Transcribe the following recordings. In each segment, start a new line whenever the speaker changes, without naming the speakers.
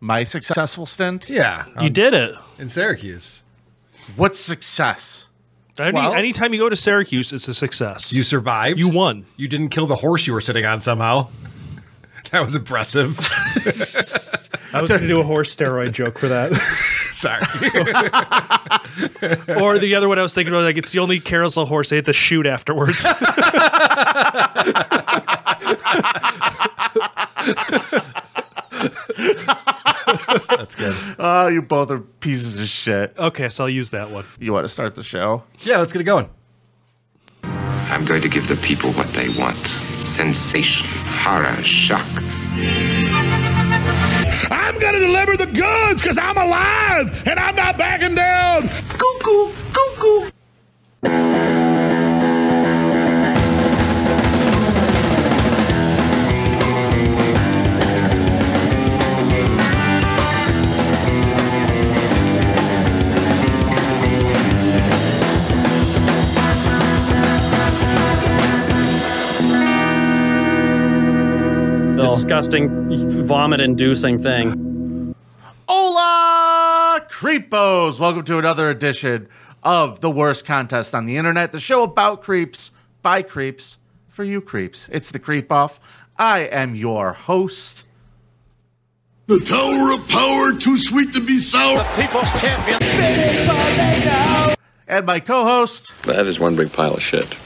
My successful stint?
Yeah,
You
um,
did it.
in Syracuse.
What's success?
Any,
Well-
anytime you go to Syracuse, it's a success.
You survived.
You won.
You didn't kill the horse you were sitting on somehow. That was impressive.
I was going to do a horse steroid joke for that.
Sorry.
or the other one I was thinking was like, it's the only carousel horse they had to shoot afterwards.
That's good.
Oh, you both are pieces of shit.
okay, so I'll use that one.
You want to start the show?
Yeah, let's get it going.
I'm going to give the people what they want sensation, horror, shock.
I'm going to deliver the goods because I'm alive and I'm not backing down.
cuckoo, cuckoo.
disgusting, vomit-inducing thing.
Hola, creepos! Welcome to another edition of the worst contest on the internet, the show about creeps, by creeps, for you creeps. It's the Creep Off. I am your host.
The tower of power, too sweet to be sour.
And my co host,
That is one big pile of shit.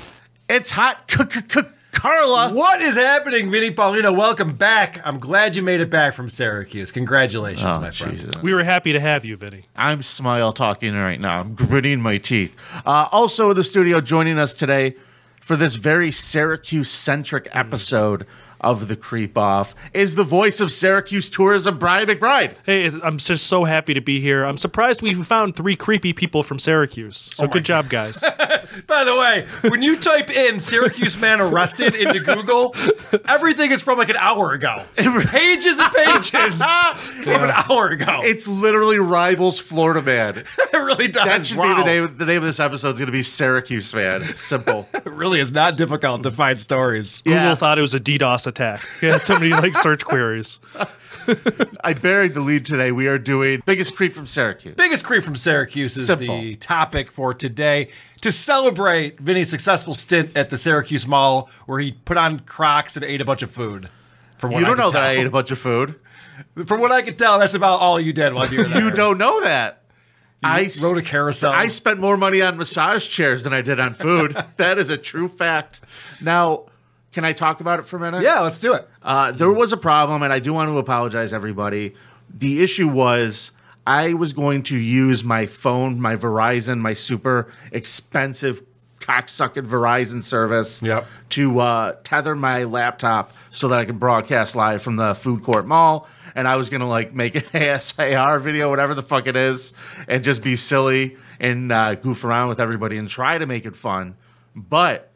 it's hot c- c- c- Carla.
What is happening, Vinny Paulino? Welcome back. I'm glad you made it back from Syracuse. Congratulations,
Oh,
my friend.
We were happy to have you, Vinny.
I'm smile talking right now. I'm gritting my teeth. Uh, also in the studio, joining us today for this very Syracuse centric episode of the Creep Off is the voice of Syracuse tourism, Brian McBride.
Hey, I'm just so happy to be here. I'm surprised we even found three creepy people from Syracuse. So good job, guys.
By the way, when you type in Syracuse man arrested into Google, everything is from like an hour ago. Pages and pages from an hour ago. It
Ah! It's literally rivals Florida man.
really does.
That should
Wow.
be the name. The name of this episode is going to be Syracuse man. Simple.
It really is not difficult to find stories.
Google thought it was a DDoS attack. It had so many like search queries.
I buried the lead today. We are doing biggest creep from Syracuse.
biggest creep from Syracuse is
Simple.
the topic for today to celebrate Vinny's successful stint at the Syracuse Mall, where he put on Crocs and ate a bunch of food. From what
You don't
I
know
could
that I
tell.
ate a bunch of food.
From what I could tell, that's about all you did while you were there.
You don't know that. I s-
rode a carousel.
I spent more money on massage chairs than I did on food. that is a true fact. Now, can I talk about it for a minute?
yeah, let's do it.
Uh, there was a problem, and I do want to apologize, everybody. The issue was I was going to use my phone, my Verizon, my super expensive cocksucking Verizon service
Yep.
to uh, tether my laptop so that I could broadcast live from the food court mall. And I was going to like make an ASAR video, whatever the fuck it is, and just be silly and uh, goof around with everybody and try to make it fun. But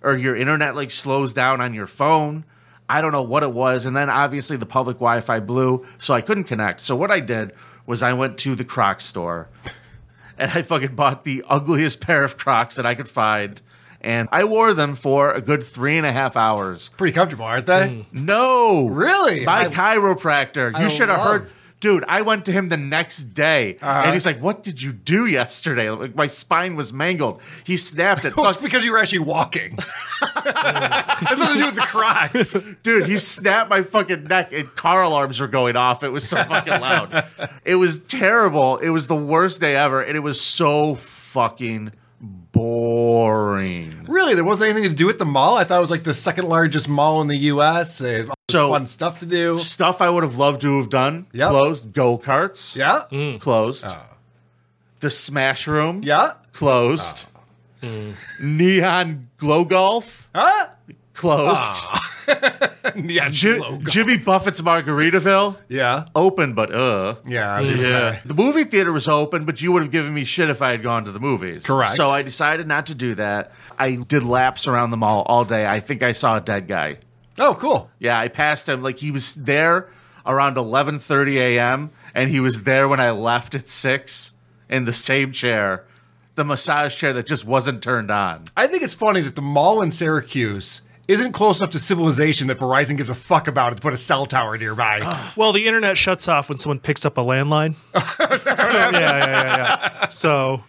or your internet like slows down on your phone. I don't know what it was. And then obviously the public Wi Fi blew, so I couldn't connect. So what I did was I went to the Croc store and I fucking bought the ugliest pair of Crocs that I could find. And I wore them for a good three and a half hours.
Pretty comfortable, aren't they?
Mm. No.
Really?
My
I-
chiropractor. You
I
should have
love- Uh-huh.
heard. Dude, I went to him the next day and he's like, What did you do yesterday? Like, my spine was mangled. He snapped it.
Well, it's
Fuck-
because you were actually walking. That's nothing to do with the Crocs.
Dude, he snapped my fucking neck and car alarms were going off. It was so fucking loud. It was terrible. It was the worst day ever. And it was so fucking boring.
Really, there wasn't anything to do at the mall. I thought it was like the second largest mall in the U.S. They have all this
So-
fun stuff to do.
Stuff I would have loved to have done.
Yep.
Closed. Go karts.
Yeah,
Closed. The Smash Room.
yeah,
Closed. Hmm. Neon Glow Golf.
huh?
Closed.
Yeah,
Ji-
logo.
Jimmy Buffett's Margaritaville.
yeah, Mm.
Open, but uh.
yeah. I was gonna say.
Yeah. The movie theater was open, but you would have given me shit if I had gone to the movies.
Correct.
So I decided not to do that. I did laps around the mall all day. I think I saw a dead guy.
Oh, cool.
Yeah, I passed him. Like he was there around 11:30 a.m. and he was there when I left at 6 in the same chair, the massage chair that just wasn't turned on.
I think it's funny that the mall in Syracuse isn't close enough to civilization that Verizon gives a fuck about it to put a cell tower nearby.
Ah.
Well, the internet shuts off when someone picks up a landline. yeah, yeah, yeah, yeah. So,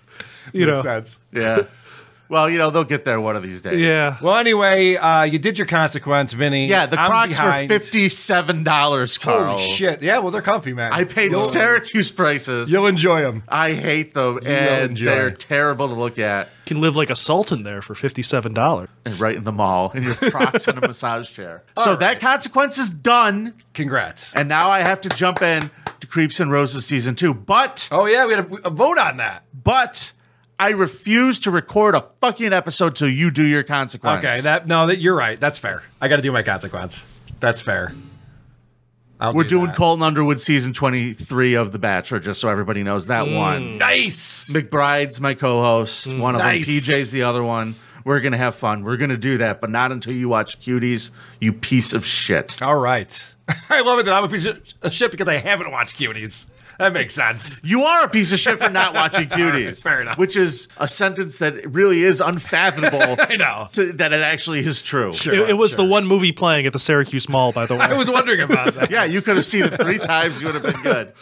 you
Makes
know,
sense.
Yeah. Well, you know they'll get there one of these days.
yeah.
Well, anyway, uh, you did your consequence, Vinny.
Yeah. The
I'm
Crocs
behind.
were fifty-seven dollars, Carl.
Holy shit! Yeah, well, they're comfy, man.
I paid
You'll,
Syracuse prices.
you'll enjoy them.
I hate them, and
enjoy.
they're terrible to look at.
can live like a sultan there for fifty-seven dollars.
And right in the mall, in your Crocs and a massage chair. So that consequence is done,
Congrats.
and now I have to jump in to Creeps and Roses season two. But
Oh yeah, we had a, a vote on that.
but I refuse to record a fucking episode till you do your consequence.
Okay, that no, that you're right. That's fair. I got to do my consequence. That's fair. I'll
we're
do
doing
that.
Colton Underwood season twenty three of The Bachelor, just so everybody knows that one.
Nice.
McBride's my co-host, one of
Nice.
them. PJ's the other one. We're gonna have fun. We're gonna do that, but not until you watch Cuties, you piece of shit.
All right. I love it that I'm a piece of shit because I haven't watched Cuties. That makes sense.
You are a piece of shit for not watching Cuties.
fair enough.
Which is a sentence that really is unfathomable.
I know.
To, that it actually is true.
It, it was the one movie playing at the Syracuse Mall, by the way.
I was wondering about that.
Yeah, you could have seen it three times. You would have been good.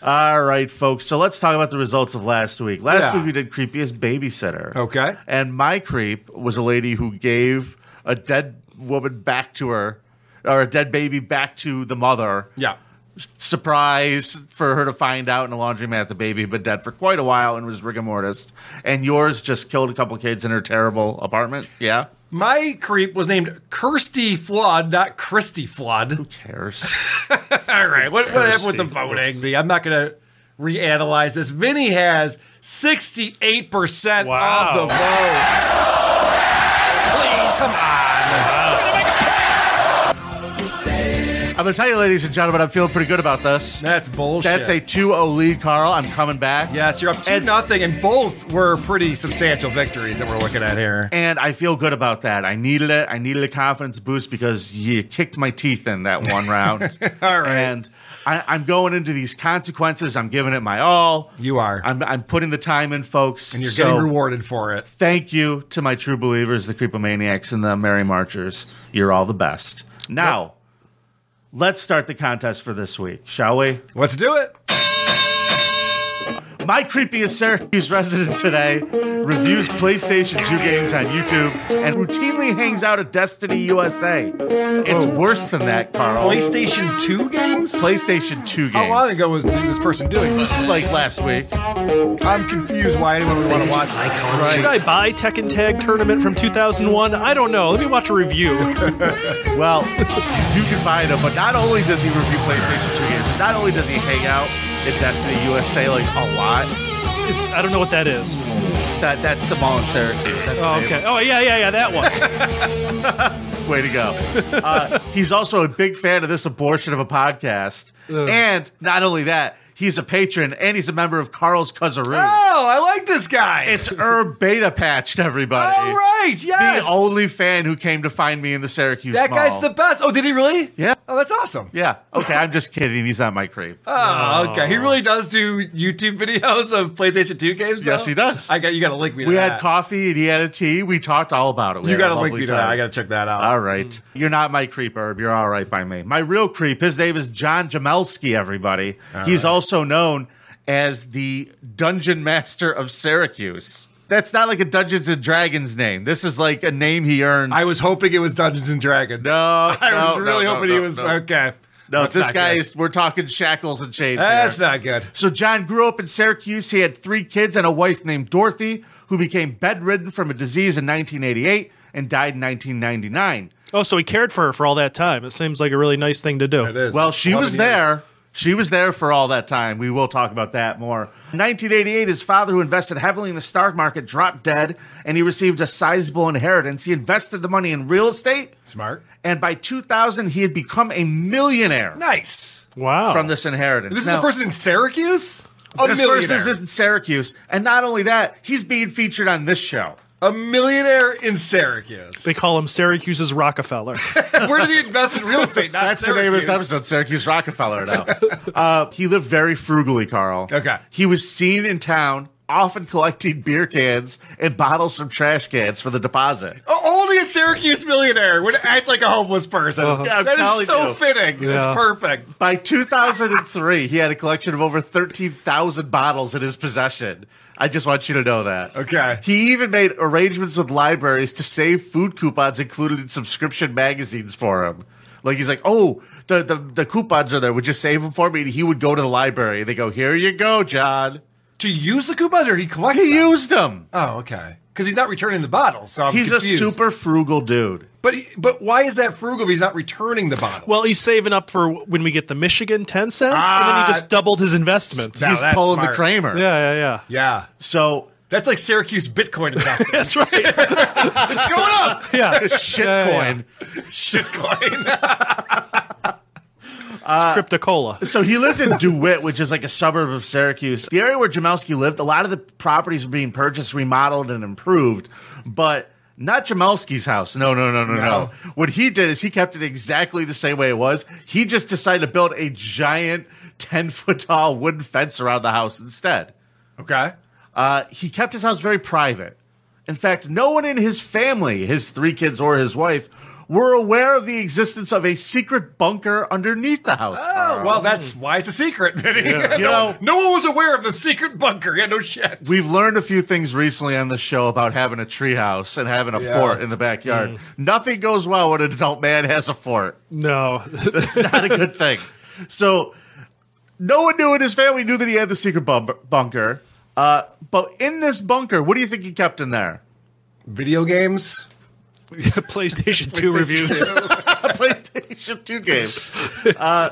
All right, folks. So let's talk about the results of last week. Last
Yeah.
week we did creepiest babysitter.
Okay.
And my creep was a lady who gave a dead woman back to her, or a dead baby back to the mother.
Yeah.
Surprise for her to find out in the laundromat the baby had been dead for quite a while and was rigor mortis. And yours just killed a couple kids in her terrible apartment. Yeah.
My creep was named Kirsty Flood, not Christy Flood.
Who cares?
All right. What, what happened with the voting? The- I'm not going to reanalyze this. Vinny has 68%
Wow.
of the vote. Please, come on.
I'm going to tell you, ladies and gentlemen, I'm feeling pretty good about this.
That's bullshit.
That's a 2 0 lead, Carl. I'm coming back.
Yes, you're up 2
And-
nothing, and both were pretty substantial victories that we're looking at here.
And I feel good about that. I needed it. I needed a confidence boost because you kicked my teeth in that one round.
All right.
And I, I'm going into these consequences. I'm giving it my all.
You are.
I'm, I'm putting the time in, folks.
and you're
So
getting rewarded for it.
Thank you to my true believers, the Creepomaniacs and the Merry Marchers. You're all the best. Now, let's start the contest for this week, shall we?
Let's do it.
My creepiest Syracuse resident today reviews PlayStation 2 games on YouTube and routinely hangs out at Destiny USA. It's
Oh.
worse than that, Carl.
PlayStation 2 games?
PlayStation 2 games.
How long ago was this person doing this?
Like last week.
I'm confused why anyone would want to watch it.
Should I buy Tekken Tag Tournament from 2001? I don't know. Let me watch a review.
Well, you can find him, but not only does he review PlayStation 2 games, not only does he hang out at Destiny USA like a lot,
Is- I don't know what that is.
that that's the mall in Syracuse. That's
Oh,
the
okay. Oh, yeah, yeah, yeah. That one.
Way to go. Uh, he's also a big fan of this abortion of a podcast. And not only that, he's a patron and he's a member of Carl's Kuzaroo.
Oh, I like this guy.
It's Herb Beta Patched, everybody.
all right. Yes.
The only fan who came to find me in the Syracuse
that
Mall.
guy's the best. Oh, did he really?
Yeah.
Oh, that's awesome.
Yeah. Okay, I'm just kidding. He's not my creep.
Oh, okay. He really does do YouTube videos of PlayStation 2 games.
Yes,
though?
he does.
I got you. Got to link me. To
we
that.
had coffee and he had a tea. We talked all about it. We
You
had a
got to link
lovely
me to
time.
that. I Mm. got to check that out.
All right. You're not my creep, Herb. You're all right by me. My real creep, his name is John Jamelski, everybody. He's also known as the Dungeon Master of Syracuse. That's not like a Dungeons and Dragons name. This is like a name he earned.
I was hoping it was Dungeons and Dragons. No, I was
no,
really
no,
hoping
no,
he was
no.
okay.
no,
That's
this
not
guy
good.
is, we're talking shackles and chains.
That's
here.
not good.
So John grew up in Syracuse. He had three kids and a wife named Dorothy, who became bedridden from a disease in 1988 and died in 1999.
Oh, so he cared for her for all that time. It seems like a really nice thing to do.
It is.
Well, she
11
was
years.
there. She was there for all that time. We will talk about that more. In 1988, his father, who invested heavily in the stock market, dropped dead and he received a sizable inheritance. He invested the money in real estate,
Smart.
and by 2000, he had become a millionaire
Nice.
Wow.
from this inheritance.
This
Now,
is the person in Syracuse. A
This
millionaire.
person is in Syracuse. And not only that, he's being featured on this show.
a millionaire in Syracuse.
They call him Syracuse's Rockefeller.
Where did he invest in real estate? Not
That's the name of this
Syracuse.
episode, Syracuse Rockefeller. Now, uh, he lived very frugally, Carl.
Okay.
he was seen in town often collecting beer cans and bottles from trash cans for the deposit.
Oh, only a Syracuse millionaire would act like a homeless person.
Uh-huh. I'm
that
telling
is so
you.
fitting.
Yeah.
It's perfect.
By 2003, he had a collection of over 13,000 bottles in his possession. I just want you to know that.
Okay.
He even made arrangements with libraries to save food coupons included in subscription magazines for him. Like he's like, oh, the, the, the coupons are there. Would you save them for me? And he would go to the library. And they go, here you go, John.
To use the coupons or he collects
He
them?
used them.
Oh, okay. Because he's not returning the bottles. So I'm
He's
confused.
a super frugal dude.
But he- but why is that frugal? if He's not returning the bottle.
Well, he's saving up for when we get the Michigan 10 cents, and then
Ah.
he just doubled his investment.
Now
He's
that's
pulling the
smart.
Kramer.
Yeah, yeah, yeah.
Yeah,
So
that's like Syracuse Bitcoin investing.
That's right.
it's going up.
Yeah.
shit
Yeah, yeah,
coin.
yeah.
Shitcoin. Uh,
Cryptocola.
So he lived in DeWitt, which is like a suburb of Syracuse. The area where Jamelski lived, a lot of the properties were being purchased, remodeled, and improved, but not Jamelski's house. No, no, no, no, no,
No.
What he did is he kept it exactly the same way it was. He just decided to build a giant 10 foot tall wooden fence around the house instead.
okay.
Uh, he kept his house very private. In fact, no one in his family, his three kids or his wife, were aware of the existence of a secret bunker underneath the house.
Oh, well, that's why it's a secret, Vinny. no,
Hmm. You know-
no one was aware of the secret bunker. Yeah, no shit.
We've learned a few things recently on the show about having a treehouse and having a
Yeah. Mm.
fort in the backyard. Nothing goes well when an adult man has a fort.
No.
It's not a good thing. So, no one knew in his family knew that he had the secret bum- bunker. Uh, but in this bunker, what do you think he kept in there?
Video games.
PlayStation 2 reviews.
a PlayStation 2 game. Uh,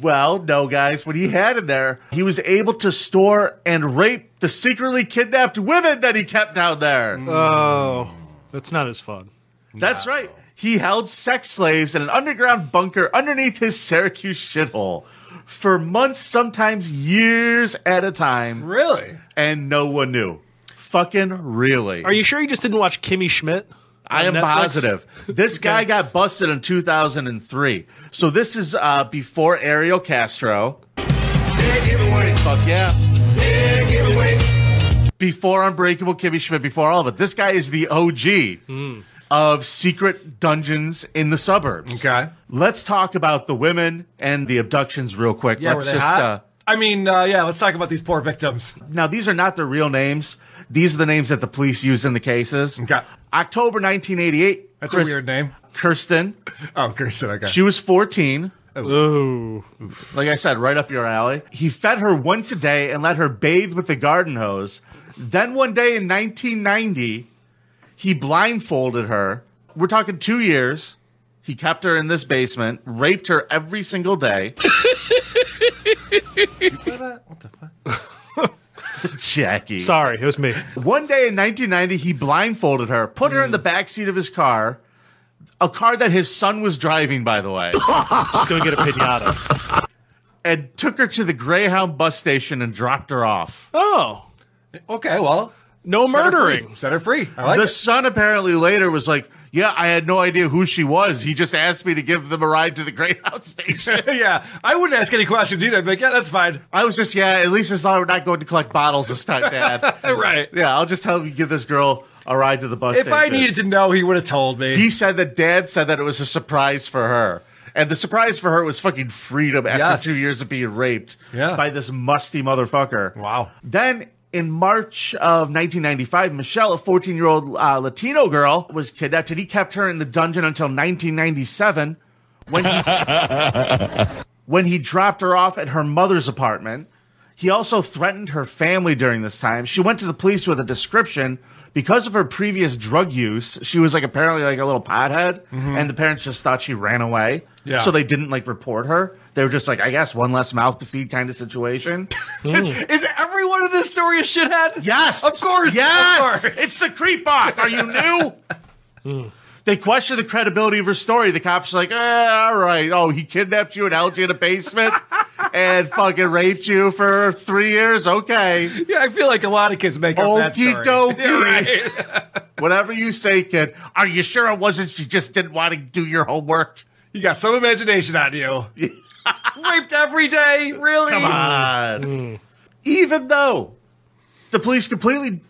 well, no, guys. What he had in there, he was able to store and rape the secretly kidnapped women that he kept down there.
Oh, that's not as fun.
That's right. He held sex slaves in an underground bunker underneath his Syracuse shithole for months, sometimes years at a time,
Really?
and no one knew. Fucking really.
Are you sure you just didn't watch Kimmy Schmidt?
I am
Netflix?
positive. This guy got busted in 2003. So this is uh, before Ariel Castro. Fuck yeah. Before Unbreakable Kimmy Schmidt, before all of it. This guy is the OG
Hmm.
of secret dungeons in the suburbs.
Okay.
Let's talk about the women and the abductions real quick.
Yeah,
Let's
were they
just
hot?
uh
I mean, uh, yeah, let's talk about these poor victims.
now these are not their real names. These are the names that the police use in the cases.
Okay.
October 1988.
That's a weird name.
Kirsten.
Oh, Kirsten, okay.
She was 14.
Ooh.
Like I said, right up your alley. He fed her once a day and let her bathe with a garden hose. Then one day in 1990, he blindfolded her. We're talking two years. He kept her in this basement, raped her every single day.
what the fuck?
Jackie.
Sorry, it was me.
One day in 1990, he blindfolded her, put her in the back seat of his car, a car that his son was driving, by the way,
Just going to get a pinata.
and took her to the Greyhound bus station and dropped her off.
Oh,
Okay, well,
no murdering.
set her free. I like
The
it.
son apparently later was like, "Yeah, I had no idea who she was. He just asked me to give them a ride to the Greyhound station."
yeah, I wouldn't ask any questions either. But yeah, that's fine.
I was just, "Yeah, at least as long as we're not going to collect bottles this time, Dad."
Right.
Yeah, I'll just help you give this girl a ride to the bus.
If I
station.
needed to know, he would have told me.
he said that Dad said that it was a surprise for her. And the surprise for her was fucking freedom after
Yes.
two years of being raped
Yeah.
by this musty motherfucker.
Wow.
Then in March of 1995, Michelle, a 14 year old uh, Latino girl, was kidnapped and he kept her in the dungeon until 1997 when he, when he dropped her off at her mother's apartment. He also threatened her family during this time. She went to the police with a description because of her previous drug use. She was like apparently like a little pothead, and the parents just thought she ran away.
Yeah.
So they didn't like report her. They were just like, I guess, one less mouth to feed kind of situation.
Is everyone in this story a shithead?
Yes.
Of course.
Yes.
Of course.
It's the creep off. Are you new? They question the credibility of her story. The cops are like, eh, all right. Oh, he kidnapped you and held you in a basement and fucking raped you for three years. Okay.
yeah, I feel like a lot of kids make up that story.
Okey dokey.
Yeah, right.
Whatever you say, kid. Are you sure it wasn't you just didn't want to do your homework?
You got some imagination on you. Raped every day, really?
Come on. Even though the police completely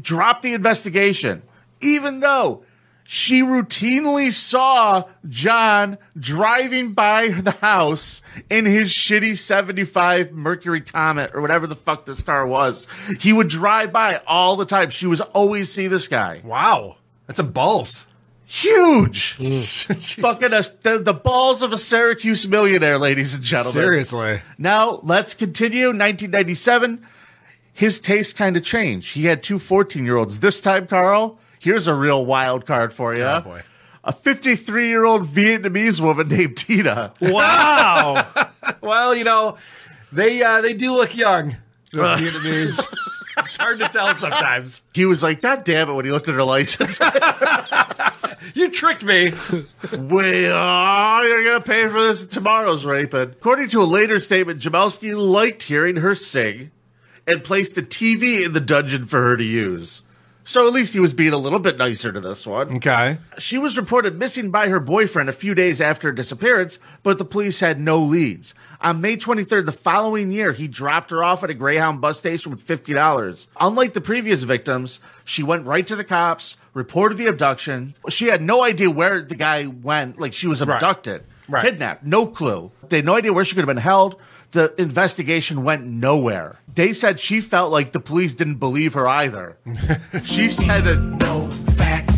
dropped the investigation, even though she routinely saw John driving by the house in his shitty 75 Mercury Comet or whatever the fuck this car was. He would drive by all the time. She was always see this guy.
Wow. That's a balls.
Huge. Fucking us the, the balls of a Syracuse millionaire, ladies and gentlemen.
Seriously.
Now let's continue. 1997, his taste kind of changed. He had two 14 year olds. This time, Carl, here's a real wild card for you.
Oh, boy.
A 53 year old Vietnamese woman named Tina.
Wow.
Well, you know, they uh, they do look young. Those Vietnamese. it's hard to tell sometimes.
He was like, God damn it, when he looked at her license.
You tricked me.
we are you're going to pay for this tomorrow's rape. And according to a later statement, Jamalski liked hearing her sing and placed a TV in the dungeon for her to use. So at least he was being a little bit nicer to this one.
Okay.
She was reported missing by her boyfriend a few days after her disappearance, but the police had no leads. On May 23rd, the following year, he dropped her off at a Greyhound bus station with $50. Unlike the previous victims, she went right to the cops, reported the abduction. She had no idea where the guy went, like she was abducted,
Right.
kidnapped, no clue. They had no idea where she could have been held. The investigation went nowhere. They said she felt like the police didn't believe her either. she said that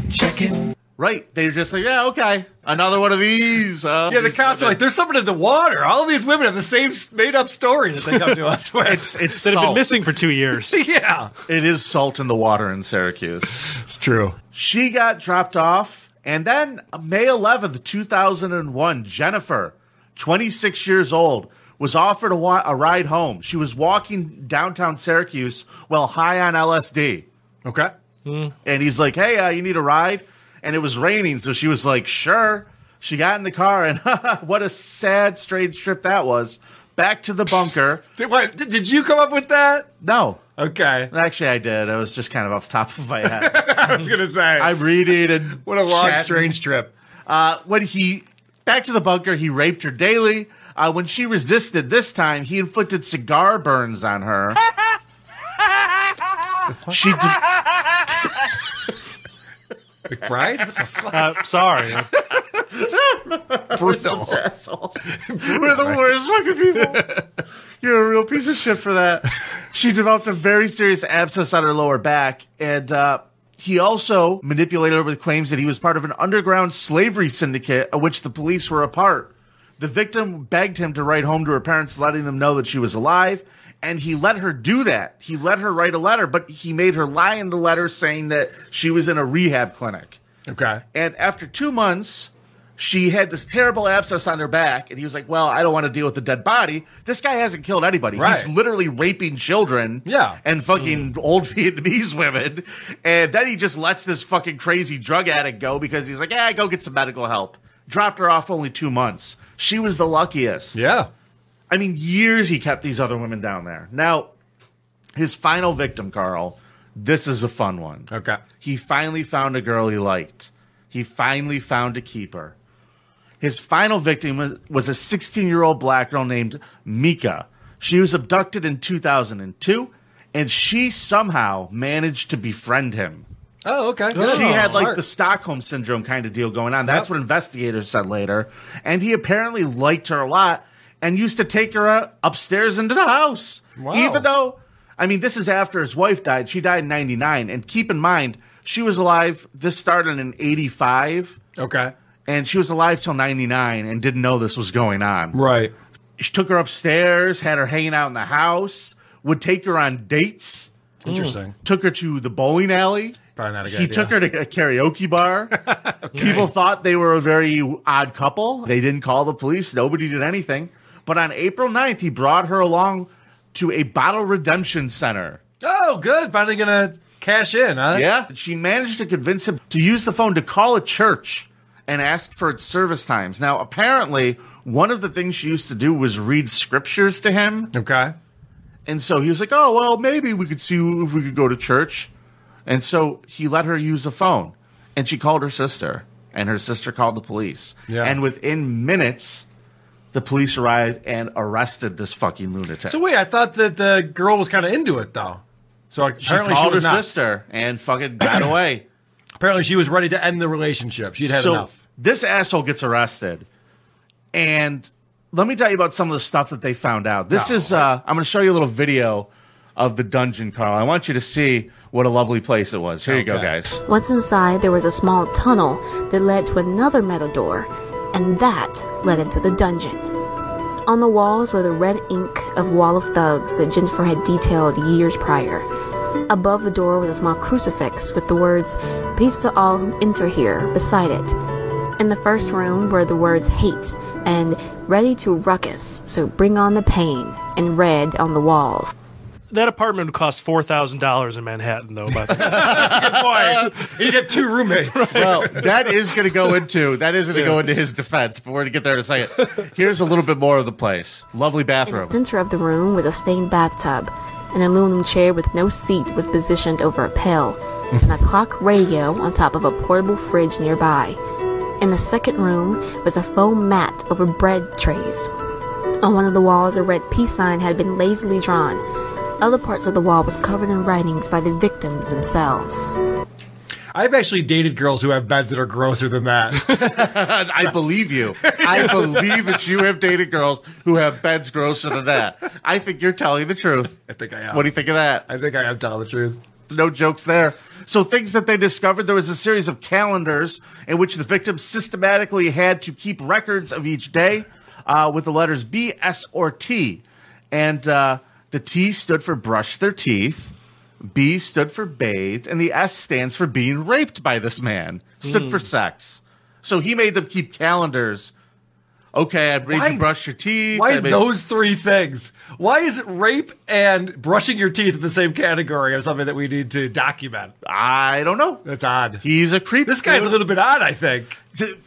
Right. They're just like, yeah, okay. Another one of these. Uh,
Yeah, the
these
cops are
women."
like, there's something in the water. All these women have the same made up story that they come to us with.
It's, it's
That have been
salt.
missing for two years.
yeah.
it is salt in the water in Syracuse.
It's true.
she got dropped off. And then uh, May 11th, 2001, Jennifer, 26 years old, was offered a, wa- a ride home. She was walking downtown Syracuse while high on LSD.
Okay.
and he's like, "Hey, uh, you need a ride?" And it was raining, so she was like, "Sure." She got in the car, and what a sad, strange trip that was. Back to the bunker.
Did, what, did, did you come up with that?
No,
Okay.
actually, I did. I was just kind of off the top of my head.
I was going to say.
I'm reading and
what a long,
chatting.
strange trip.
Uh, when he back to the bunker, he raped her daily. Uh, when she resisted this time, he inflicted cigar burns on her. she did,
McBride? What the fuck?
Uh, sorry.
Brutal.
assholes. We're the worst fucking people. You're a real piece of shit for that. She developed a very serious abscess on her lower back, and uh, he also manipulated her with claims that he was part of an underground slavery syndicate of which the police were a part. The victim begged him to write home to her parents, letting them know that she was alive, and he let her do that. He let her write a letter, but he made her lie in the letter saying that she was in a rehab clinic.
Okay.
And after two months, she had this terrible abscess on her back. And he was like, Well, I don't want to deal with the dead body. This guy hasn't killed anybody. He's
Right.
literally raping children
Yeah. Mm.
and fucking old Vietnamese women. And then he just lets this fucking crazy drug addict go because he's like, Yeah, go get some medical help. Dropped her off only two months. She was the luckiest.
Yeah.
I mean, years he kept these other women down there. Now, his final victim, Carl, this is a fun one.
Okay.
He finally found a girl he liked. He finally found a keeper. His final victim was, was a 16 year old black girl named Mika. She was abducted in 2002, and she somehow managed to befriend him.
Oh, okay.
She had like the
this.
Stockholm syndrome kind of deal going on. That's what investigators said later. And he apparently liked her a lot and used to take her uh, upstairs into the house.
Wow.
Even though, I mean, this is after his wife died. She died in 99. And keep in mind, she was alive. This started in 85,
Okay.
and she was alive till 99 and didn't know this was going on
Right.
she took her upstairs, had her hanging out in the house, would take her on dates.
Interesting.
Took her to the bowling alley.
Probably not a good
He
idea.
took her to a karaoke bar. People thought they were a very odd couple. They didn't call the police. Nobody did anything. But on April 9th, he brought her along to a bottle redemption center.
Oh, good. Finally gonna cash in, huh?
Yeah. She managed to convince him to use the phone to call a church and ask for its service times. Now, apparently, one of the things she used to do was read scriptures to him.
Okay.
And so he was like, "Oh well, maybe we could see if we could go to church." And so he let her use the phone, and she called her sister, and her sister called the police.
Yeah.
And within minutes, the police arrived and arrested this fucking lunatic.
So wait, I thought that the girl was kind of into it though. So
she
apparently she,
called
was
her
not.
sister and fucking got away.
Apparently, she was ready to end the relationship. She'd had
so
enough.
this asshole gets arrested, and let me tell you about some of the stuff that they found out. This
No.
is uh, I'm going to show you a little video of the dungeon, Carl. I want you to see what a lovely place it was. Here you go,
Okay.
guys.
Once inside, there was a small tunnel that led to another metal door, and that led into the dungeon. On the walls were the red ink of Wall of Thugs that Jennifer had detailed years prior. Above the door was a small crucifix with the words, Peace to all who enter here, beside it. In the first room were the words hate and ready to ruckus, so bring on the pain, in red on the walls.
That apartment would cost four thousand dollars in Manhattan, though. By the way.
Boy, he'd have two roommates.
Well, that is going to go into that is going to go into his defense, but we're going to get there in a second. Here's a little bit more of the place. Lovely
In the
bathroom.
center of the room was a stained bathtub. An aluminum chair with no seat was positioned over a pail, and a clock radio on top of a portable fridge nearby. In the second room was a foam mat over bread trays. On one of the walls, a red peace sign had been lazily drawn. Other parts of the wall was covered in writings by the victims themselves.
I've actually dated girls who have beds that are grosser than that.
I believe you. I believe that you have dated girls who have beds grosser than that. I think you're telling the truth.
I think I am.
What do you think of that?
I think I have to tell the truth.
no jokes there. So things that they discovered there was a series of calendars in which the victims systematically had to keep records of each day uh, with the letters B, S, or T, and uh, the T stood for brush their teeth. B stood for bathed, and the S stands for being raped by this man. Stood
Hmm.
for sex. So he made them keep calendars. Okay, I made
Why-
you brush your teeth.
Why
I made-
those three things? Why is rape and brushing your teeth in the same category of something that we need to document?
I don't know.
That's odd.
He's a creep.
This guy's a
dude.
little bit odd, I think.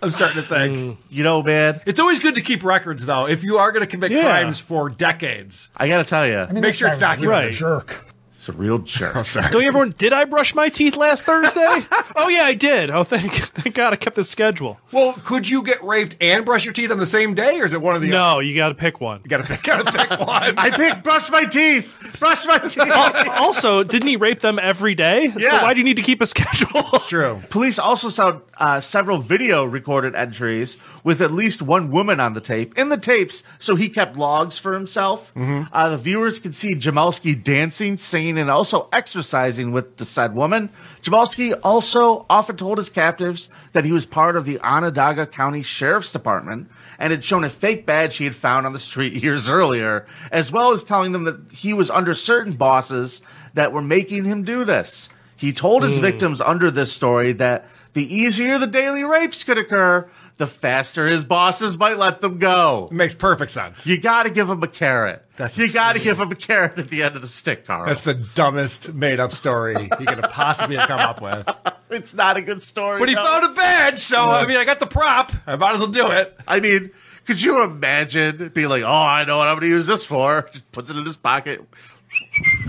I'm starting to think.
You know, man.
It's always good to keep records, though. If you are going to commit
Yeah.
crimes for decades,
I gotta tell you,
make sure it's documented.
Right.
Jerk.
it's a real jerk.
Don't you ever? Did I brush my teeth last Thursday? oh yeah, I did. Oh thank, thank God, I kept the schedule.
Well, could you get raped and brush your teeth on the same day, or is it one of the other?
No, you got to pick one.
You gotta pick, gotta pick one.
I pick brush my teeth. Brush my teeth.
Also, didn't he rape them every day?
Yeah.
why do you need to keep a schedule?
True.
Police also saw uh, several video recorded entries with at least one woman on the tape. In the tapes, so he kept logs for himself. Uh, the viewers could see Jamalski dancing, singing, and also exercising with the said woman. Jamalski also often told his captives that he was part of the Onondaga County Sheriff's Department and had shown a fake badge he had found on the street years earlier, as well as telling them that he was under certain bosses that were making him do this. He told
Hmm.
his victims under this story that the easier the daily rapes could occur, the faster his bosses might let them go.
Makes perfect sense.
You got to give him a carrot.
That's
you got to give him a carrot at the end of the stick, Carl.
That's the dumbest made up story he could have possibly have come up with.
it's not a good story.
But he
no.
found a badge, so I mean, I got the prop. I might as well do it.
I mean, could you imagine being like, "Oh, I know what I'm going to use this for." Just puts it in his pocket,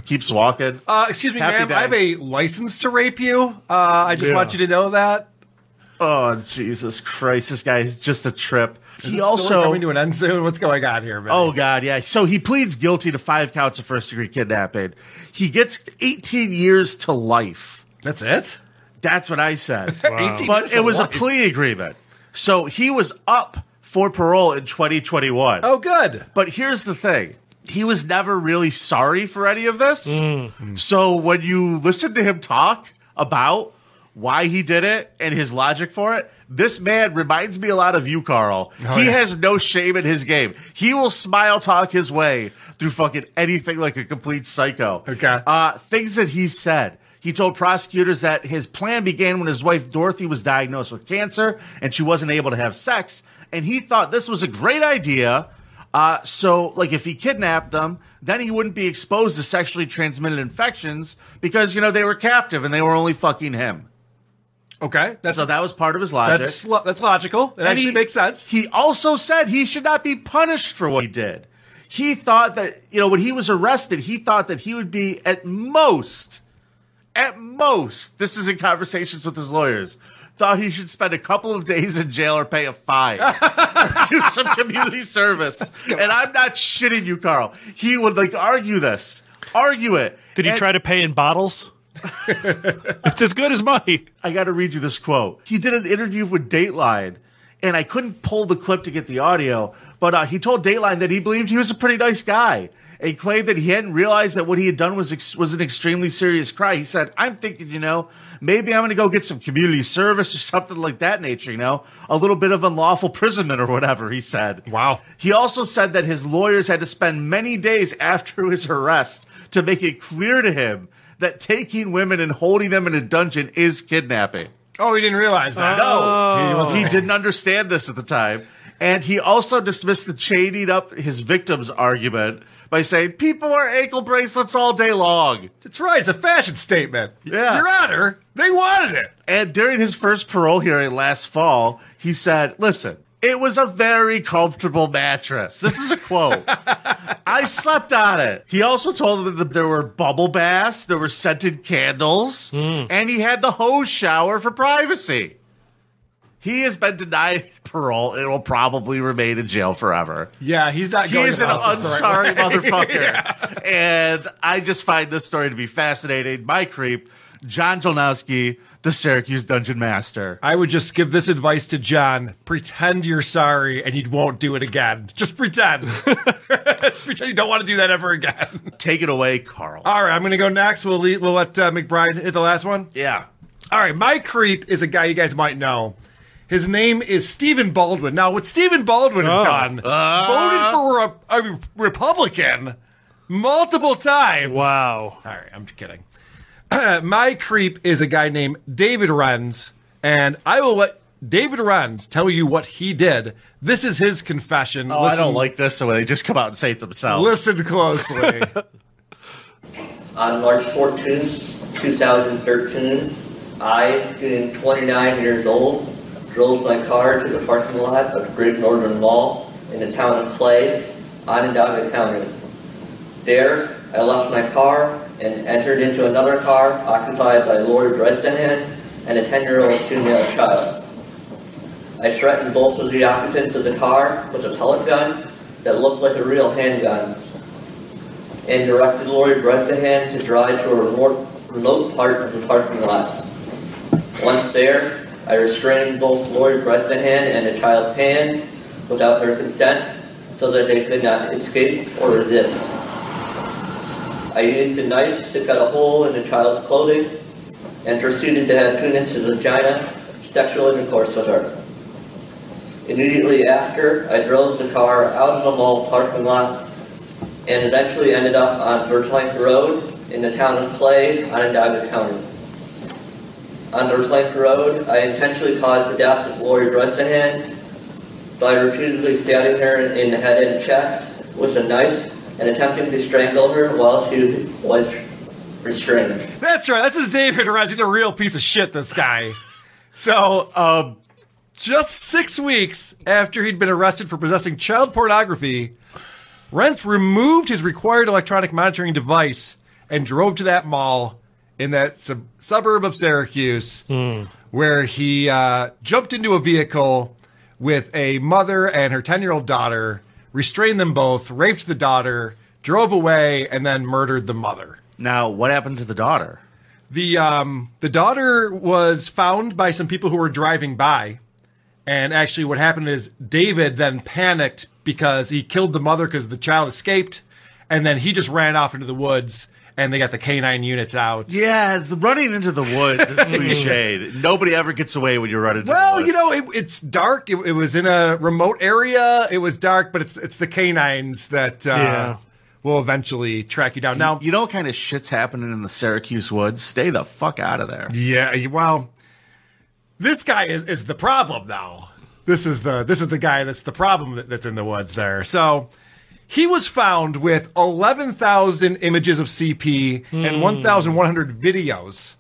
keeps walking.
Uh, excuse me,
Happy
ma'am.
day.
I have a license to rape you. Uh, I just want you to know that.
oh, Jesus Christ! This guy is just a trip.
Is
He
this story
also
coming to an end soon. What's going on here, man?
Oh God, yeah. So he pleads guilty to five counts of first degree kidnapping. He gets 18 years to life.
that's it.
That's what I said.
18
But
years
it
of
was a
life.
plea agreement. So he was up for parole in 2021.
Oh, good.
But here's the thing. He was never really sorry for any of this. So when you listen to him talk about why he did it and his logic for it, this man reminds me a lot of you, Carl. he has no shame in his game. He will smile talk his way through fucking anything like a complete psycho.
Okay.
Uh, things that he said. He told prosecutors that his plan began when his wife Dorothy was diagnosed with cancer and she wasn't able to have sex. And he thought this was a great idea. Uh, so, like, if he kidnapped them, then he wouldn't be exposed to sexually transmitted infections because, you know, they were captive and they were only fucking him.
Okay, that's
So that was part of his logic.
that's lo- that's logical. It
And
actually
he-
makes sense.
He also said he should not be punished for what he did. He thought that, you know, when he was arrested, he thought that he would be at most, at most, this is in conversations with his lawyers, thought he should spend a couple of days in jail or pay a fine or do some community service. And I'm not shitting you, Carl. He would like argue this, argue it.
Did he
And-
try to pay in bottles? It's as good as money.
I got to read you this quote. He did an interview with Dateline, and I couldn't pull the clip to get the audio, but uh, he told Dateline that he believed he was a pretty nice guy. And he claimed that he hadn't realized that what he had done was ex- was an extremely serious crime. He said, "I'm thinking, you know, maybe I'm going to go get some community service or something like that nature, you know, a little bit of unlawful imprisonment or whatever." He said,
Wow.
he also said that his lawyers had to spend many days after his arrest to make it clear to him that taking women and holding them in a dungeon is kidnapping.
Oh, he didn't realize that.
No, he, didn't understand this at the time. And he also dismissed the chaining up his victims argument by saying, People wear ankle bracelets all day long.
That's right. It's a fashion statement.
Yeah.
Your Honor, they wanted it.
And during his first parole hearing last fall, he said, Listen, it was a very comfortable mattress. This is a quote. I slept on it. He also told them that there were bubble baths, there were scented candles, and he had the hose shower for privacy. He has been denied parole and will probably remain in jail forever.
Yeah, he's not
He
going
is an
about this the right
unsorry
way.
motherfucker. And I just find this story to be fascinating. My creep, John Jolnowski, the Syracuse Dungeon Master.
I would just give this advice to John. Pretend you're sorry and you won't do it again. Just pretend. just pretend you don't want to do that ever again.
Take it away, Carl.
All right, I'm going to go next. We'll, leave, we'll let uh, McBride hit the last one.
yeah.
All right, my creep is a guy you guys might know. His name is Stephen Baldwin. Now, what Stephen Baldwin
Oh.
has done,
Uh.
voted for a, a Republican multiple times.
Wow.
All right, I'm kidding. my creep is a guy named David Renz, and I will let David Renz tell you what he did. This is his confession.
Oh,
listen,
I don't like this, so they just come out and say it themselves.
Listen closely.
On March 14th, 2013, I, being 29 years old, drove my car to the parking lot of Great Northern Mall in the town of Clay, Onondaga County. There, I left my car and entered into another car occupied by Lori Bresnahan and a 10-year-old female child. I threatened both of the occupants of the car with a pellet gun that looked like a real handgun and directed Lori Bresnahan to drive to a remote, remote part of the parking lot. Once there, I restrained both Lori Bresnahan and the child's hands without their consent so that they could not escape or resist. I used a knife to cut a hole in the child's clothing and proceeded to have Tunis' vagina sexual intercourse with her. Immediately after, I drove the car out of the mall parking lot and eventually ended up on Vertlank Road in the town of Clay, Onondaga County. On Vertlank Road, I intentionally caused the death of Lori Bresnahan by repeatedly stabbing her in the head and chest with a knife and attempting to strangle her while she was restrained.
That's right. That's his David Renz. He's a real piece of shit, this guy. So, um, just six weeks after he'd been arrested for possessing child pornography, Renz removed his required electronic monitoring device and drove to that mall in that sub- suburb of Syracuse where he uh, jumped into a vehicle with a mother and her 10 year old daughter, restrained them both, raped the daughter, drove away, and then murdered the mother.
Now, what happened to the daughter?
The um the daughter was found by some people who were driving by. And actually what happened is David then panicked because he killed the mother because the child escaped and then he just ran off into the woods and they got the canine units out.
Yeah, the running into the woods is cliched. Nobody ever gets away when you run into
Well,
the woods.
you know, it, it's dark. It, it was in a remote area. It was dark, but it's it's the canines that uh,
Yeah.
will eventually track you down. Now,
You know what kind of shit's happening in the Syracuse woods? Stay the fuck out of there.
Yeah, well, this guy is, is the problem now. This is the this is the guy that's the problem that, that's in the woods there. So he was found with eleven thousand images of CP
Hmm.
and one thousand one hundred videos,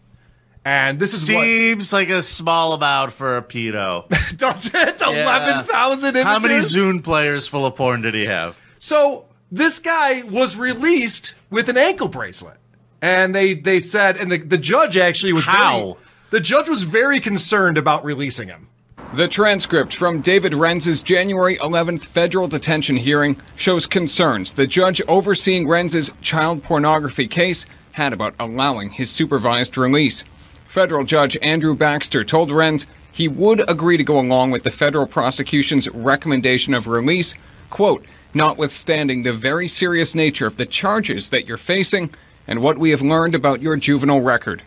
and this is
Seems like a small amount for a pedo.
what does it eleven thousand images.
How many Zune players full of porn did he have?
So this guy was released with an ankle bracelet. And they, they said, and the, the judge actually was
How?
very- the judge was very concerned about releasing him.
The transcript from David Renz's January 11th federal detention hearing shows concerns the judge overseeing Renz's child pornography case had about allowing his supervised release. Federal Judge Andrew Baxter told Renz he would agree to go along with the federal prosecution's recommendation of release, quote, notwithstanding the very serious nature of the charges that you're facing and what we have learned about your juvenile record.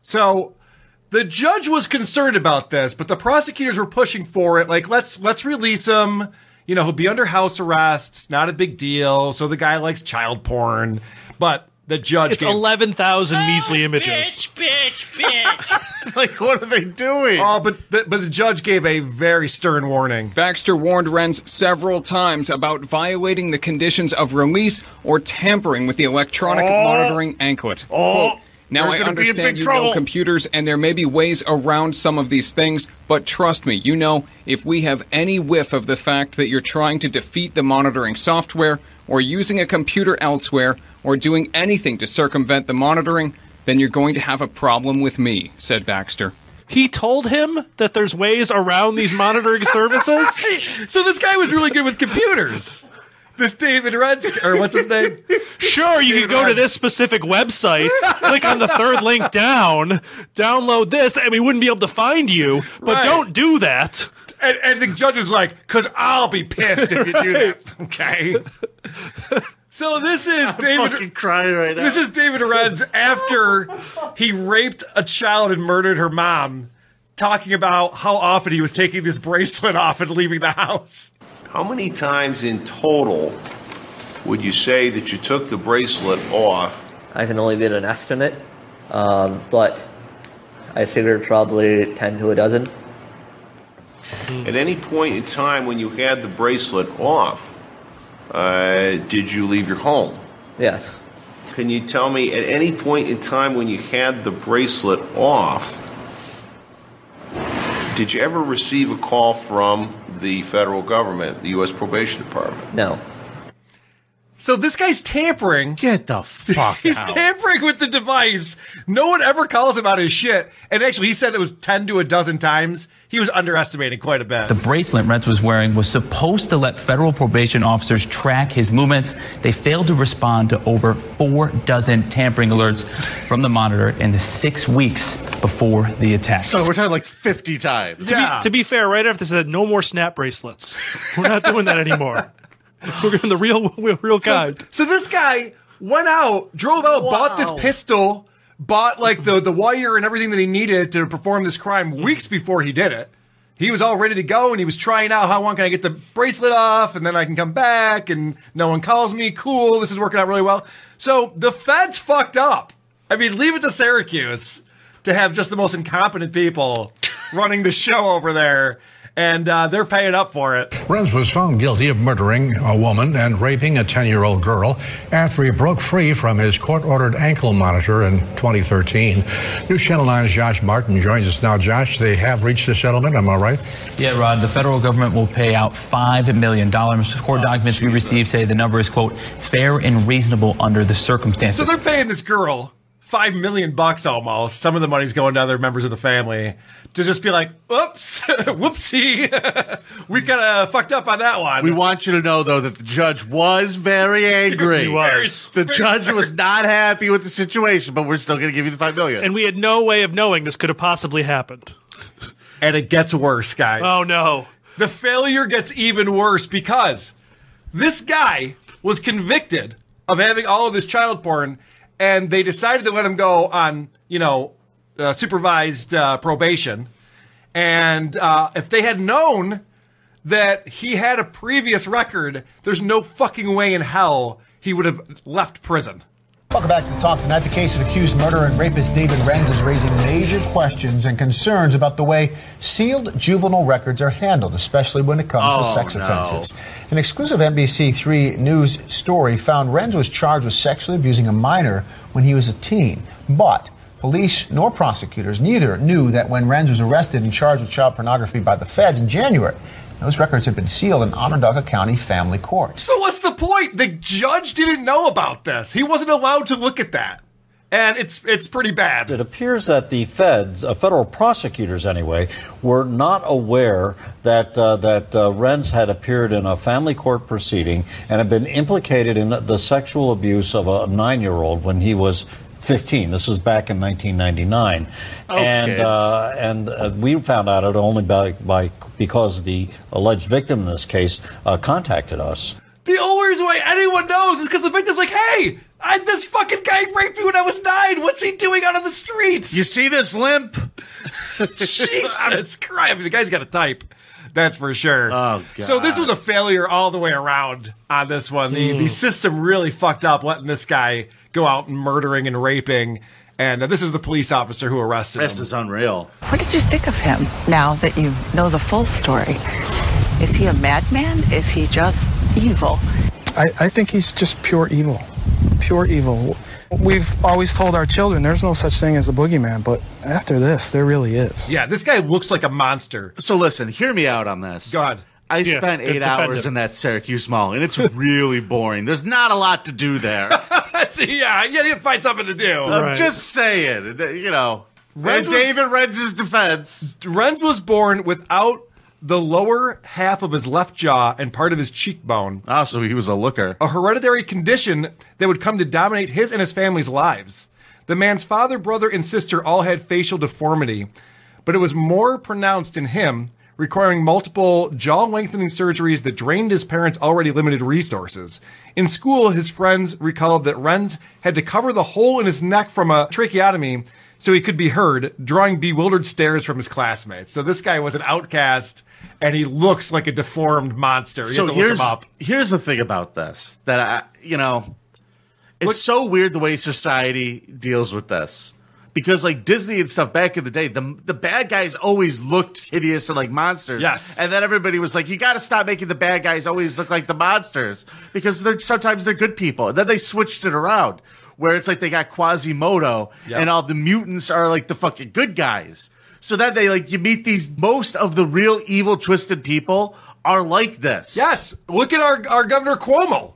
So the judge was concerned about this, but the prosecutors were pushing for it. Like, let's let's release him. You know, he'll be under house arrest. It's not a big deal. So the guy likes child porn, but the judge
It's
gave-
eleven
Ah,
thousand measly images.
Bitch, bitch, bitch.
like, what are they doing?
Oh, but the, but the judge gave a very stern warning.
Baxter warned Renz several times about violating the conditions of release or tampering with the electronic
Oh.
monitoring anklet.
Oh.
Quote, now
We're
I
gonna be in big
understand you
trouble."
know computers and there may be ways around some of these things, but trust me, you know, if we have any whiff of the fact that you're trying to defeat the monitoring software or using a computer elsewhere or doing anything to circumvent the monitoring, then you're going to have a problem with me, said Baxter.
He told him that there's ways around these monitoring services.
so this guy was really good with computers. This David Reds or what's his name?
Sure, you can go to this specific website, click on the third link down, download this, and we wouldn't be able to find you. But
Right.
don't do that.
And, and the judge is like, because I'll be pissed if you do that. Okay. So this is
oh.
David
crying right
This is David Reds after he raped a child and murdered her mom, talking about how often he was taking this bracelet off and leaving the house.
How many times in total would you say that you took the bracelet off?
I can only get an estimate, um, but I figure probably 10 to a dozen.
At any point in time when you had the bracelet off, uh, did you leave your home?
Yes.
Can you tell me at any point in time when you had the bracelet off, did you ever receive a call from the federal government, the U.S. Probation Department?
No.
So this guy's tampering.
Get the fuck
He's
out.
tampering with the device. No one ever calls him out his shit. And actually, he said it was 10 to a dozen times. He was underestimating quite a bit.
The bracelet Rentz was wearing was supposed to let federal probation officers track his movements. They failed to respond to over four dozen tampering alerts from the monitor in the six weeks before the attack.
So we're talking like fifty times.
Ah.
To, be, to be fair, right after they said no more snap bracelets, we're not doing that anymore. We're doing the real, real kind.
So this guy went out, drove out, bought this pistol, bought like the, the wire and everything that he needed to perform this crime weeks before he did it. He was all ready to go and he was trying out how long can I get the bracelet off and then I can come back and no one calls me. Cool. This is working out really well. So the feds fucked up. I mean, leave it to Syracuse to have just the most incompetent people running the show over there and uh, they're paying up for it.
Renz was found guilty of murdering a woman and raping a 10 year old girl after he broke free from his court ordered ankle monitor in 2013. News Channel 9's Josh Martin joins us now. Josh, they have reached a settlement, am I right?
Yeah, Rod, the federal government will pay out $5 million. Court documents we received say the number is, quote, fair and reasonable under the circumstances.
So they're paying this girl five million bucks almost. Some of the money's going to other members of the family to just be like, "Oops, whoopsie, we kind of fucked up on that one."
We want you to know though that the judge was very angry.
He was.
The judge was not happy with the situation, but we're still going to give you the five million.
And we had no way of knowing this could have possibly happened.
and it gets worse, guys.
Oh no!
The failure gets even worse because this guy was convicted of having all of this child porn, and they decided to let him go on, you know, uh, supervised uh, probation. And uh, if they had known that he had a previous record, there's no fucking way in hell he would have left prison.
Welcome back to the talk tonight. The case of accused murderer and rapist David Renz is raising major questions and concerns about the way sealed juvenile records are handled, especially when it comes to
Oh,
sex
no.
offenses. An exclusive NBC3 News story found Renz was charged with sexually abusing a minor when he was a teen, but police nor prosecutors neither knew that when Renz was arrested and charged with child pornography by the feds in January, those records had been sealed in Onondaga County Family Court.
So what's the point? The judge didn't know about this. He wasn't allowed to look at that. And it's it's pretty bad.
It appears that the feds, uh, federal prosecutors anyway, were not aware that uh, that uh, Renz had appeared in a family court proceeding and had been implicated in the sexual abuse of a nine-year-old when he was 15. This is back in 1999,
Oh,
and
kids.
uh, and uh, we found out it only by, by because the alleged victim in this case uh, contacted us.
The only reason why anyone knows is because the victim's like, hey, I, this fucking guy raped me when I was nine. What's he doing out on the streets? You
see this limp?
Jesus Christ. I mean, the guy's got a type. That's for sure. Oh,
God.
So this was a failure all the way around on this one. The, the
Mm.
system really fucked up letting this guy go out and murdering and raping. And uh, this is the police officer who arrested him. This is
unreal.
What did you think of him now that you know the full story? Is he a madman? Is he just evil?
I, I think he's just pure evil. Pure evil. We've always told our children there's no such thing as a boogeyman, but after this, there really is.
Yeah, this guy looks like a monster.
So listen, hear me out on this.
God.
I
Yeah,
spent
de-
eight
defend
hours
him.
in that Syracuse Mall, and it's really boring. There's not a lot to do there.
See, yeah, you need to find something to do.
I'm just saying, you know.
Renz
And David
Renz's defense. Renz was born without the lower half of his left jaw and part of his cheekbone.
Ah, so he was a looker.
A Oh, hereditary condition that would come to dominate his and his family's lives. The man's father, brother, and sister all had facial deformity, but it was more pronounced in him, requiring multiple jaw lengthening surgeries that drained his parents' already limited resources. In school, his friends recalled that Renz had to cover the hole in his neck from a tracheotomy so he could be heard, drawing bewildered stares from his classmates. So this guy was an outcast, and he looks like a deformed monster. You
So
have to look
here's,
him up.
here's the thing about this that I, you know, it's so weird the way society deals with this because like Disney and stuff back in the day, the the bad guys always looked hideous and like monsters. Yes, and then everybody was like, you got to stop making the bad guys always look like the monsters because they're sometimes they're good people. And then they switched it around where it's like they got Quasimodo
Yep.
and all the mutants are like the fucking good guys. So then they like you meet these most of the real evil twisted people are like this.
Yes, look at our our governor Cuomo.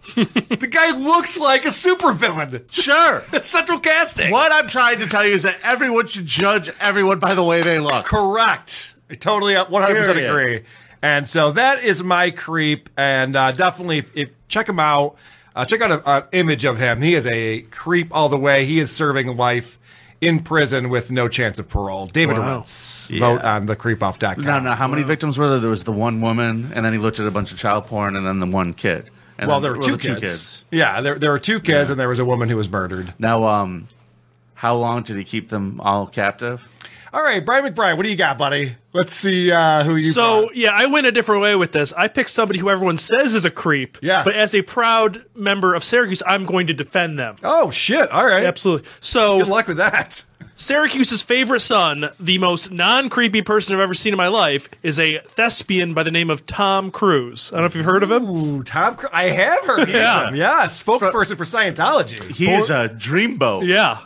the guy looks like a supervillain.
Sure.
Central casting.
What I'm trying to tell you is that everyone should judge everyone by the way they look.
Correct. I totally uh, 100%
Period.
agree. And so that is my creep. And uh, definitely if, if, check him out. Uh, check out an image of him. He is a creep all the way. He is serving life in prison with no chance of parole. David
Wow.
Rentz.
Yeah.
Vote on the creepoff.com.
No, no. How many victims were there? There was the one woman, and then he looked at a bunch of child porn, and then the one kid. And
well,
then-
there were
well,
two,
the
kids. Yeah, there, there were two kids,
Yeah.
and there was a woman who was murdered.
Now, um, how long did he keep them all captive?
All right, Brian McBride, what do you got, buddy? Let's see uh, who you.
So yeah, I went a different way with this. I picked somebody who everyone says is a creep.
Yes.
But as a proud member of Syracuse, I'm going to defend them.
Oh shit! All right.
Absolutely. So good
luck with that.
Syracuse's favorite son, the most non-creepy person I've ever seen in my life, is a thespian by the name of Tom Cruise. I don't know if you've heard of him.
Ooh, Tom Cruise. I have heard of him. Yeah, spokesperson for Scientology.
He is a dreamboat.
Yeah.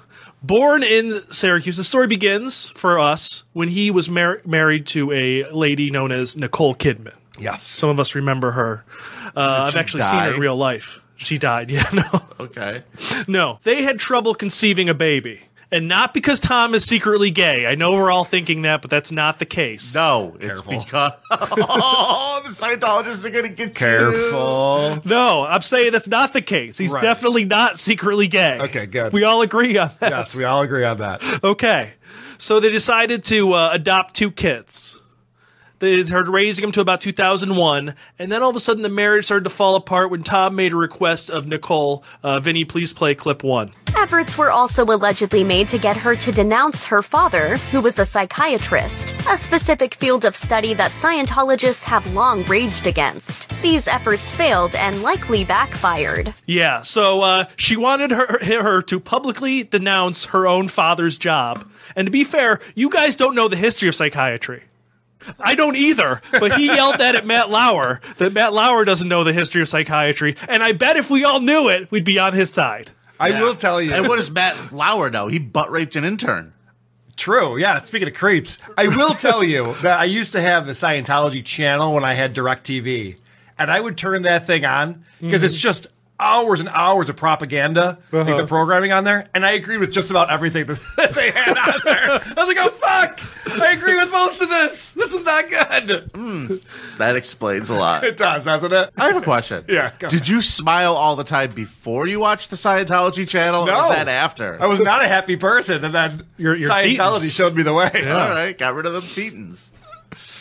Born in Syracuse, the story begins for us when he was mar- married to a lady known as Nicole Kidman.
Yes.
Some of us remember her. Uh,
Did
I've
she
actually seen her
die?
in real life. She died, yeah, no.
Okay.
No, they had trouble conceiving a baby. And not because Tom is secretly gay. I know we're all thinking that, but that's not the case.
No, it's because oh, the Scientologists are going to get
Careful.
No, I'm saying that's not the case. He's
Right.
definitely not secretly gay.
Okay, good.
We all agree on that.
yes, we all agree on that.
Okay. So they decided to uh, adopt two kids. They started raising them to about 2001, and then all of a sudden the marriage started to fall apart when Tom made a request of Nicole, uh, Vinny, please play clip one.
Efforts were also allegedly made to get her to denounce her father, who was a psychiatrist, a specific field of study that Scientologists have long raged against. These efforts failed and likely backfired.
Yeah, so uh, she wanted her, her to publicly denounce her own father's job. And to be fair, you guys don't know the history of psychiatry. I don't either, but he yelled that at Matt Lauer, that Matt Lauer doesn't know the history of psychiatry. And I bet if we all knew it, we'd be on his side.
I will tell you.
And what does Matt Lauer know? He butt raped an intern.
True. Yeah. Speaking of creeps, I will tell you that I used to have a Scientology channel when I had DirecTV, and I would turn that thing on because it's just hours and hours of propaganda, like the programming on there, and I agreed with just about everything that they had on there. I was like, oh fuck, I agree with most of this. This is not good.
That explains a lot.
It does, doesn't it?
I have a question.
Yeah, go
Did you smile all the time before you watched the Scientology channel? Or
No.
was that after?
I was not a happy person, and then
your
Scientology
thetans.
showed me the way.
All right, got rid of them thetans.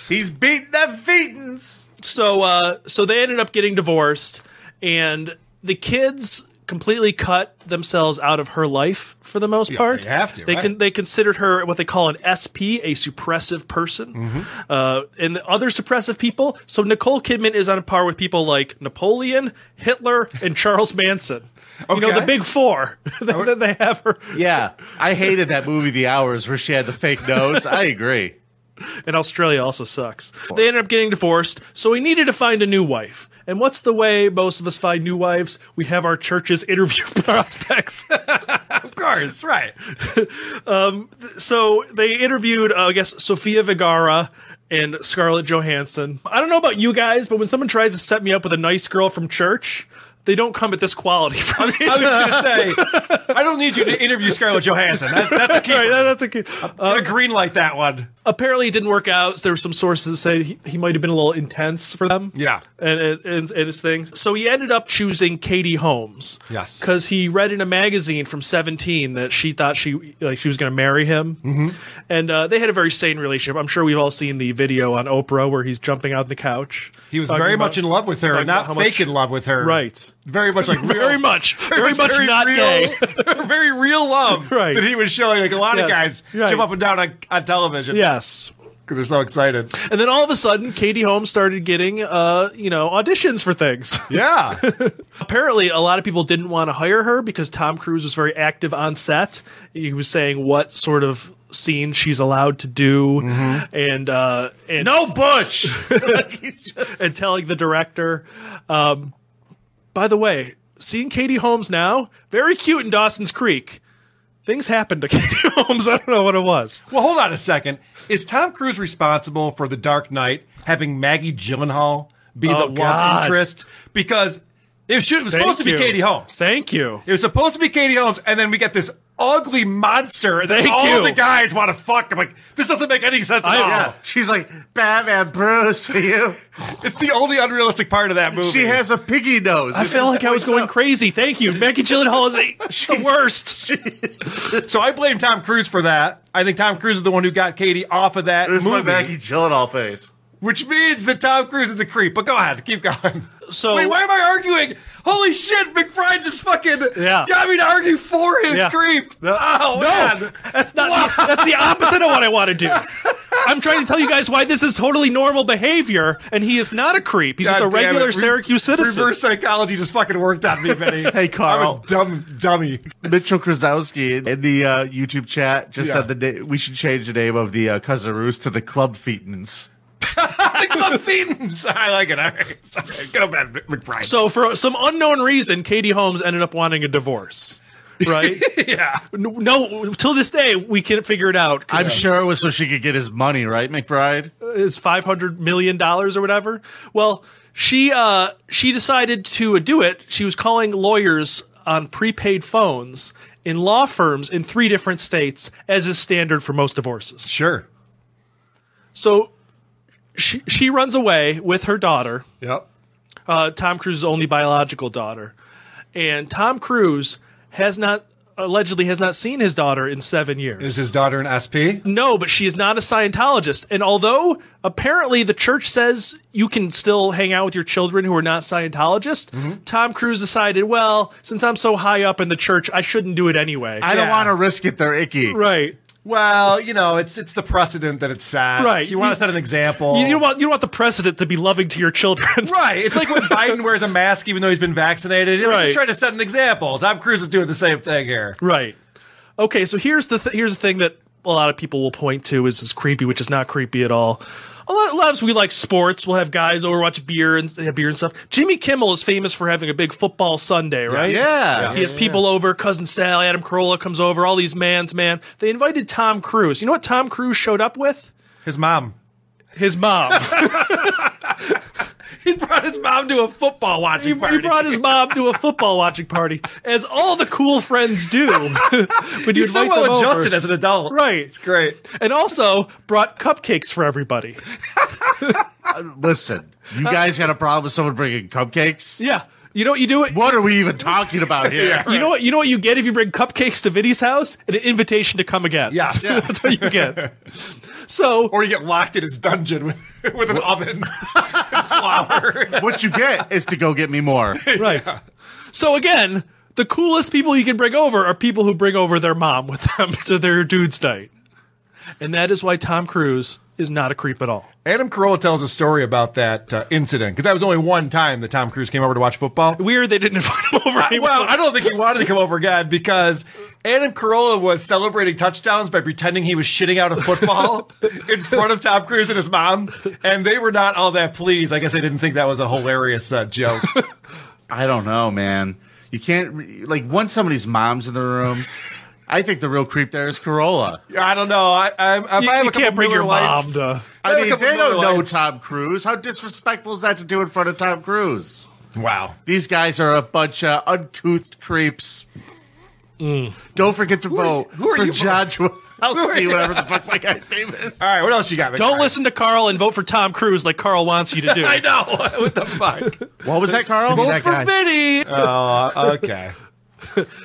He's beating them thetans.
So uh, so they ended up getting divorced, and the kids completely cut themselves out of her life for the most part. They have
to,
They
right?
con- they considered her what they call an SP, a suppressive person, uh, and the other suppressive people. So Nicole Kidman is on par with people like Napoleon, Hitler, and Charles Manson. You know
Okay.
the big four. then they have her.
Yeah, I hated that movie, The Hours, where she had the fake nose. I agree.
And Australia also sucks. They ended up getting divorced, so we needed to find a new wife. And what's the way most of us find new wives? We have our churches interview prospects.
Of course, right.
um, th- so they interviewed, uh, I guess, Sofia Vergara and Scarlett Johansson. I don't know about you guys, but when someone tries to set me up with a nice girl from church, they don't come at this quality from me.
I was gonna say, I don't need you to interview Scarlett Johansson. That, that's a key.
Right, that- that's uh, a key.
I'm gonna green light that one.
apparently it didn't work out. There were some sources that said he, he might have been a little intense for them.
Yeah.
And, and, and his things. So he ended up choosing Katie Holmes.
Yes.
Because he read in a magazine from 17 that she thought she like she was going to marry him. Mm-hmm. And uh, they had a very sane relationship. I'm sure we've all seen the video on Oprah where he's jumping out on the couch.
He was
Talking
very
about-
much in love with her,
talking
and not
about how
fake
much-
in love with her.
Right.
Very much like real,
Very much. Very much not
real,
gay.
very real love
Right.
that he was showing. Like a lot of
Yes.
guys
Right.
jump up and down on, on television.
Yes.
Because they're so excited.
And then all of a sudden, Katie Holmes started getting, uh, you know, auditions for things.
Yeah.
Apparently, a lot of people didn't want to hire her because Tom Cruise was very active on set. He was saying what sort of scene she's allowed to do, and uh, and no
Bush,
and telling the director. Um, by the way, seeing Katie Holmes now, very cute in Dawson's Creek. Things happened to Katie Holmes. I don't know what it was.
Well, hold on a second. Is Tom Cruise responsible for The Dark Knight having Maggie Gyllenhaal be
Oh,
the
God.
love interest? Because it was, it was
Thank
supposed to be
you.
Katie Holmes.
Thank you.
It was supposed to be Katie Holmes, and then we get this ugly monster, and then
Thank
all
you.
the guys want to fuck. I'm like, this doesn't make any sense at all.
yeah, she's like Batman Bruce for you.
It's the only unrealistic part of that movie.
She has a piggy nose.
I felt like I was going crazy. Thank you, Maggie Gyllenhaal is a- the worst.
so I blame Tom Cruise for that. I think Tom Cruise is the one who got Katie off of that
There's my
movie,
Maggie Gyllenhaal face.
which means that Tom Cruise is a creep. But go ahead, keep going.
So
Wait, why am I arguing? Holy shit, McBride just fucking
Yeah.
got me to argue for his
Yeah.
creep. Oh,
No,
man.
that's not. That's the opposite of what I want to do. I'm trying to tell you guys why this is totally normal behavior, and he is not a creep. He's
God
just a
damn
regular
it. Re-
Syracuse citizen.
Reverse psychology just fucking worked on me, Vinny.
Hey, Carl.
I'm a dumb dummy.
Mitchell Krasowski in the uh, YouTube chat just
Yeah.
said the na- we should change the name of the uh, Cousin Roos to the Club Fetans.
the club fiends. I like it. All right. Sorry. Go to bed, McBride.
So, for some unknown reason, Katie Holmes ended up wanting a divorce. Right?
yeah.
No, no, till this day we can't figure it out.
I'm sure it was so she could get his money, right, McBride?
is five hundred million dollars or whatever. Well, she uh, she decided to do it. She was calling lawyers on prepaid phones in law firms in three different states, as is standard for most divorces.
Sure.
So she she runs away with her daughter,
Yep.
uh, Tom Cruise's only biological daughter, and Tom Cruise has not allegedly has not seen his daughter in seven years.
Is his daughter an SP?
No, but she is not a Scientologist. And although apparently the church says you can still hang out with your children who are not Scientologists, Tom Cruise decided, well, since I'm so high up in the church, I shouldn't do it anyway.
I don't want to risk it. They're icky.
Right.
Well, you know, it's it's the precedent that it sets.
Right.
You want
You-
to set an example.
You, you don't want you don't want the precedent to be loving to your children.
Right. It's like when Biden wears a mask even though he's been vaccinated. You know,
Right.
Just trying to set an example. Tom Cruise is doing the same thing here.
Right. Okay, so here's the th- here's the thing that a lot of people will point to is is creepy, which is not creepy at all. A lot, a lot of us we like sports. We'll have guys over watch beer and have beer and stuff. Jimmy Kimmel is famous for having a big football Sunday, right?
Yeah. Yeah.
He has
Yeah,
people over. Cousin Sal, Adam Carolla comes over. All these man's man. They invited Tom Cruise. You know what Tom Cruise showed up with?
His mom.
His mom.
he brought his mom to a football watching party.
He brought his mom to a football watching party, as all the cool friends do. when you
He's so
invite them
well adjusted
over.
as an adult.
Right. It's
great.
And also brought cupcakes for everybody.
Listen, you guys had a problem with someone bringing cupcakes?
Yeah. You know what you do?
What are we even talking about here?
You know what you know what you get if you bring cupcakes to Vinny's house? An invitation to come again.
Yes.
That's what you get. So
Or you get locked in his dungeon with, with an oven.
what you get is to go get me more.
Right. So again, the coolest people you can bring over are people who bring over their mom with them to their dude's night. And that is why Tom Cruise is not a creep at all.
Adam Carolla tells a story about that uh, incident because that was only one time that Tom Cruise came over to watch football.
Weird they didn't invite him over.
Uh, well, I don't think he wanted to come over again because Adam Carolla was celebrating touchdowns by pretending he was shitting out a football in front of Tom Cruise and his mom, and they were not all that pleased. I guess they didn't think that was a hilarious uh, joke.
I don't know, man. You can't re- like once somebody's mom's in the room. I think the real creep there is Corolla.
I don't know. I, I, if I have a couple Miller Lights, I have
I
a
mean,
couple
they don't
Miller
know
Lights.
Tom Cruise. How disrespectful is that to do in front of Tom Cruise?
Wow,
these guys are a bunch of uncouth creeps. Don't forget to vote
who are
for
you
John
Who are
Jawalski,
you-
whatever the fuck my guy's name is.
All right, what else you got?
Don't listen to Carl and vote for Tom Cruise like Carl wants you to do.
I know. What the fuck?
What was that, Carl?
Vote
That
for
guy.
Vinny. Oh, okay.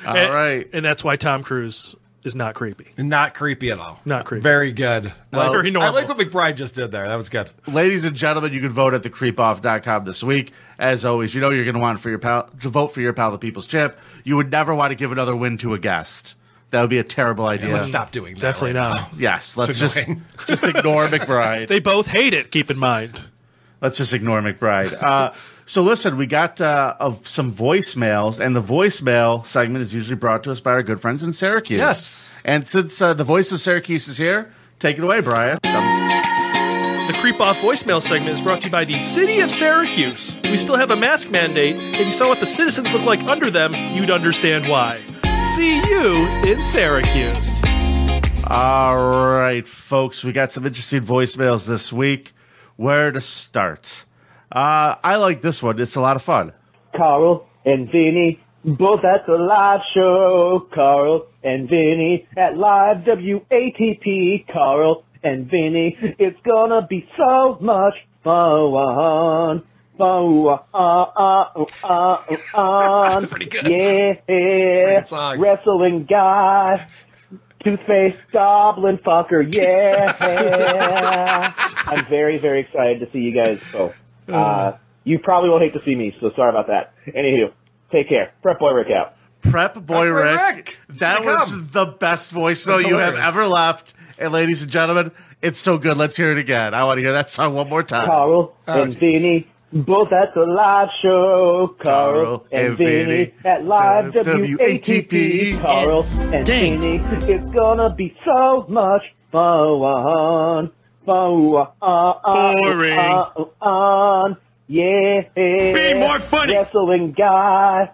All right, And that's why Tom Cruise is not creepy.
Not creepy at all.
Not creepy.
Very good.
Well,
I
Very normal.
like what McBride just did there. That was good.
Ladies and gentlemen, you can vote at thecreepoff.com this week. As always, you know you're going to want for your pal- to vote for your pal the people's champ. You would never want to give another win to a guest. That would be a terrible idea.
let's stop doing that
Definitely not.
Oh.
Yes, let's
It's
just
annoying.
just ignore McBride.
They both hate it. Keep in mind.
Let's just ignore McBride. Uh, so listen, we got uh, of some voicemails, and the voicemail segment is usually brought to us by our good friends in Syracuse.
Yes.
and since uh, the voice of Syracuse is here, take it away, Brian.
The Creep Off voicemail segment is brought to you by the City of Syracuse. We still have a mask mandate. If you saw what the citizens look like under them, you'd understand why. See you in Syracuse.
All right, folks, we got some interesting voicemails this week. Where to start? Uh, I like this one. It's a lot of fun.
Carl and Vinny, both at the live show. Carl and Vinny at live WATP. Carl and Vinny, it's gonna be so much fun. Fun. uh, That's pretty good. uh, Yeah. Wrestling guy. Toothpaste goblin fucker. Yeah. I'm very, very excited to see you guys both. Uh, you probably will hate to see me, so sorry about that. Anywho, take care. Prep Boy Rick out.
Prep Boy Rick. That
Here they
was
come.
the best voicemail
That's
you have
hilarious.
ever left. And ladies and gentlemen, it's so good. Let's hear it again. I want to hear that song one more time.
Carl and Vinny, both at the live show. Carl,
Carl
and,
and
Vinny,
Vinny
at live
W-
WATP. Carl and
stinks.
Vinny, it's gonna be so much fun. Fun.
Boring.
Fun. Yeah. Be more funny. Wrestling guy.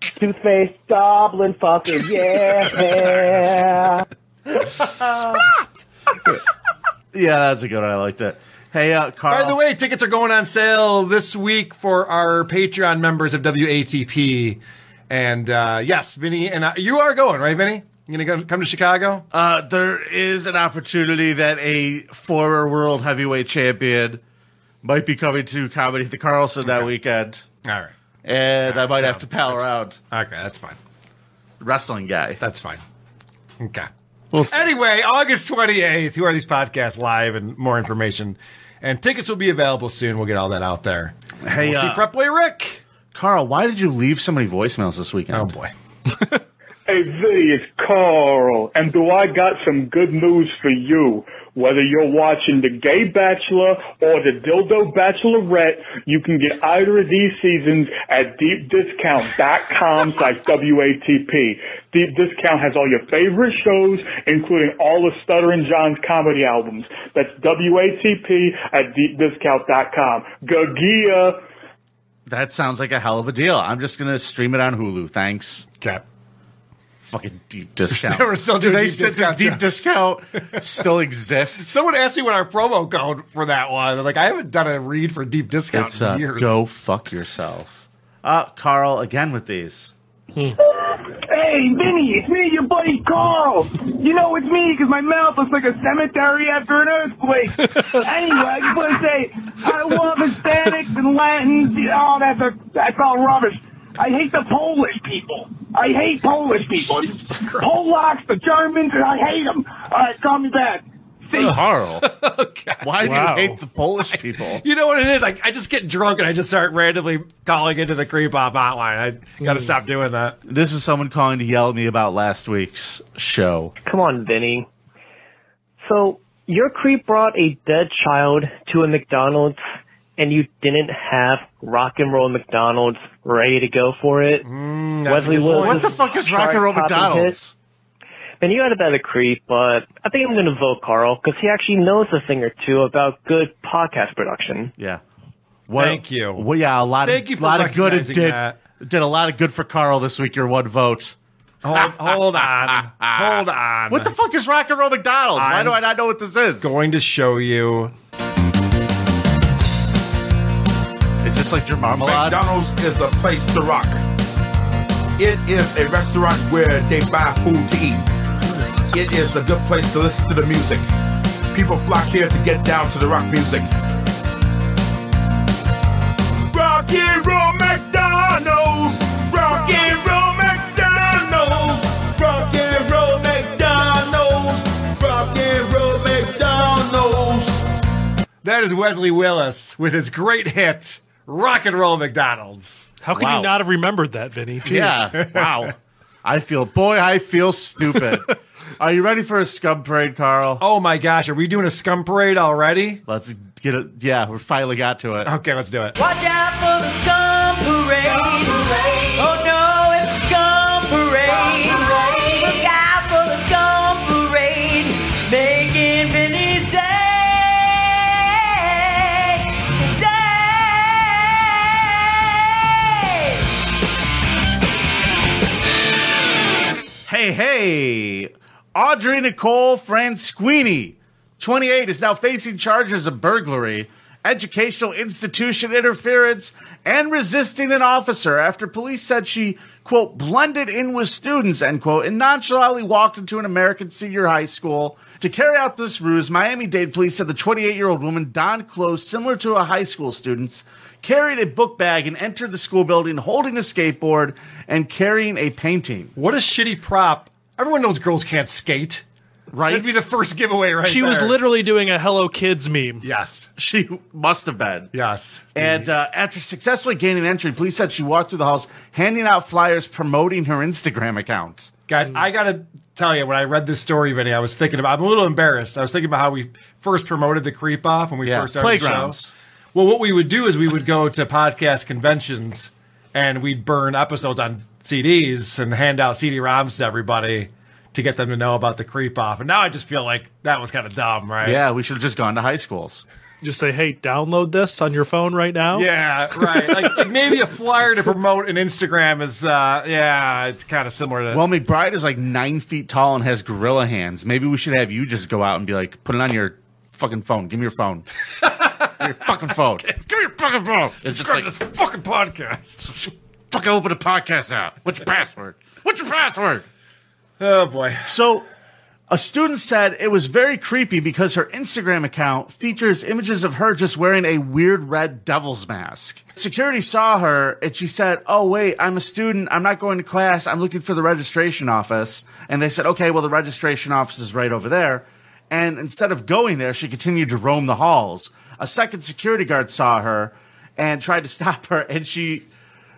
Toothpaste goblin fucker. Yeah.
Yeah, that's a good one. I liked it. Hey, uh, Carl.
By the way, tickets are going on sale this week for our Patreon members of WATP. And uh, yes, Vinny and I, you are going, right, Vinny? You gonna go, come to Chicago?
Uh, there is an opportunity that a former world heavyweight champion might be coming to comedy at the Carlson that weekend.
All right,
and I might
sound-
have to pal around.
Okay, that's fine.
Wrestling guy.
That's fine. Okay.
Well,
anyway, August 28th, who are these podcasts live and more information. And tickets will be available soon. We'll get all that out there.
Hey,
We'll see
uh,
Prep Boy Rick.
Carl, why did you leave so many voicemails this weekend? Oh
boy.
Hey, Vinny, it's Carl. And do I got some good news for you? Whether you're watching The Gay Bachelor or The Dildo Bachelorette, you can get either of these seasons at deepdiscount.com slash WATP. Deep Discount has all your favorite shows, including all of Stuttering John's comedy albums. That's WATP at deepdiscount.com. Gagia.
That sounds like a hell of a deal. I'm just going to stream it on Hulu. Thanks.
Cap.
Fucking deep discount.
They were still
Do
doing
they
deep
still-
discount
Does deep discount still exists?
Someone asked me what our promo code for that was. I was like, I haven't done a read for deep discount
It's
in
uh,
years.
go fuck yourself. Uh, Carl, again with these.
Hey, Vinny, it's me, your buddy Carl.
eh.
You know it's me because my mouth looks like a cemetery after an earthquake. anyway, I just want to say I love Hispanics and Latins. Oh, that's a that's all rubbish. I hate the Polish people. I hate Polish people. Polacks, the Germans, I hate them. All right, call me back.
Carl, why
Wow.
do you hate the Polish people?
You know what it is? I, I just get drunk and I just start randomly calling into the creep hop hotline. I got to stop doing that.
This is someone calling to yell at me about last week's show.
Come on, Vinny. So, your creep brought a dead child to a McDonald's and you didn't have rock and roll McDonald's ready to go for it.
that's a good point. What the fuck is Rock and Roll McDonald's?
And you had a bad creep, but I think I'm going to vote Carl because he actually knows a thing or two about good podcast production.
Yeah. Thank you. Well, yeah, a lot
Thank
of
you for
lot of good it
recognizing
did
that.
did a lot of good for Carl this week. Your one vote.
Hold, hold on, hold on.
What the fuck is Rock and Roll McDonald's? Why do I not know what this is?
Going to show you.
Is this like your marmalade?
McDonald's is a place to rock. It is a restaurant where they buy food to eat. It is a good place to listen to the music. People flock here to get down to the rock music. Rock and roll McDonald's. Rock and roll McDonald's. Rock and roll McDonald's. Rock and roll McDonald's.
That is Wesley Willis with his great hit, Rock and Roll McDonald's.
How can you not have remembered that, Vinny? Jeez.
Yeah. wow. I feel boy, I feel stupid. Are you ready for a scum parade, Carl?
Oh my gosh, are we doing a scum parade already?
Let's get it. Yeah, we finally got to it.
Okay, let's do it.
Watch out for the scum parade. Oh no, it's the scum parade. Look out for the scum parade. Making Vinny's day. His day.
Hey, hey. Audrey Nicole Fransquini, 28, is now facing charges of burglary, educational institution interference, and resisting an officer after police said she, quote, blended in with students, end quote, and nonchalantly walked into an American senior high school. To carry out this ruse, Miami Dade police said the 28 year old woman donned clothes similar to a high school student's carried a book bag and entered the school building holding a skateboard and carrying a painting.
What a shitty prop. Everyone knows girls can't skate.
Right?
That'd be the first giveaway right
she was
there.
literally doing a Hello Kids meme.
Yes.
She must have been.
Yes.
And uh, after successfully gaining entry, police said she walked through the halls handing out flyers promoting her Instagram account.
God, I gotta tell you, when I read this story, Vinny, I was thinking about. I'm a little embarrassed. I was thinking about how we first promoted the creep off when we
Yeah,
first started
playgrounds.
the show. Well, what we would do is we would go to podcast conventions and we'd burn episodes on CDs and hand out CD ROMs to everybody to get them to know about the creep off. And now I just feel like that was kind of dumb, right?
Yeah, we should have just gone to high schools.
Just say, hey, download this on your phone right now.
Yeah, right. Like, like maybe a flyer to promote an Instagram is, uh, yeah, it's kind of similar to.
Well, McBride is like nine feet tall and has gorilla hands. Maybe we should have you just go out and be like, put it on your fucking phone. Give me your phone. Give me your fucking phone. Give me your fucking phone. It's just like,
Subscribe to this fucking podcast.
fucking open the podcast out. What's your password? What's your password?
Oh boy.
So a student said it was very creepy because her Instagram account features images of her just wearing a weird red devil's mask. Security saw her and she said, Oh, wait, I'm a student. I'm not going to class. I'm looking for the registration office. And they said, Okay, well, the registration office is right over there. And instead of going there, she continued to roam the halls. A second security guard saw her and tried to stop her and she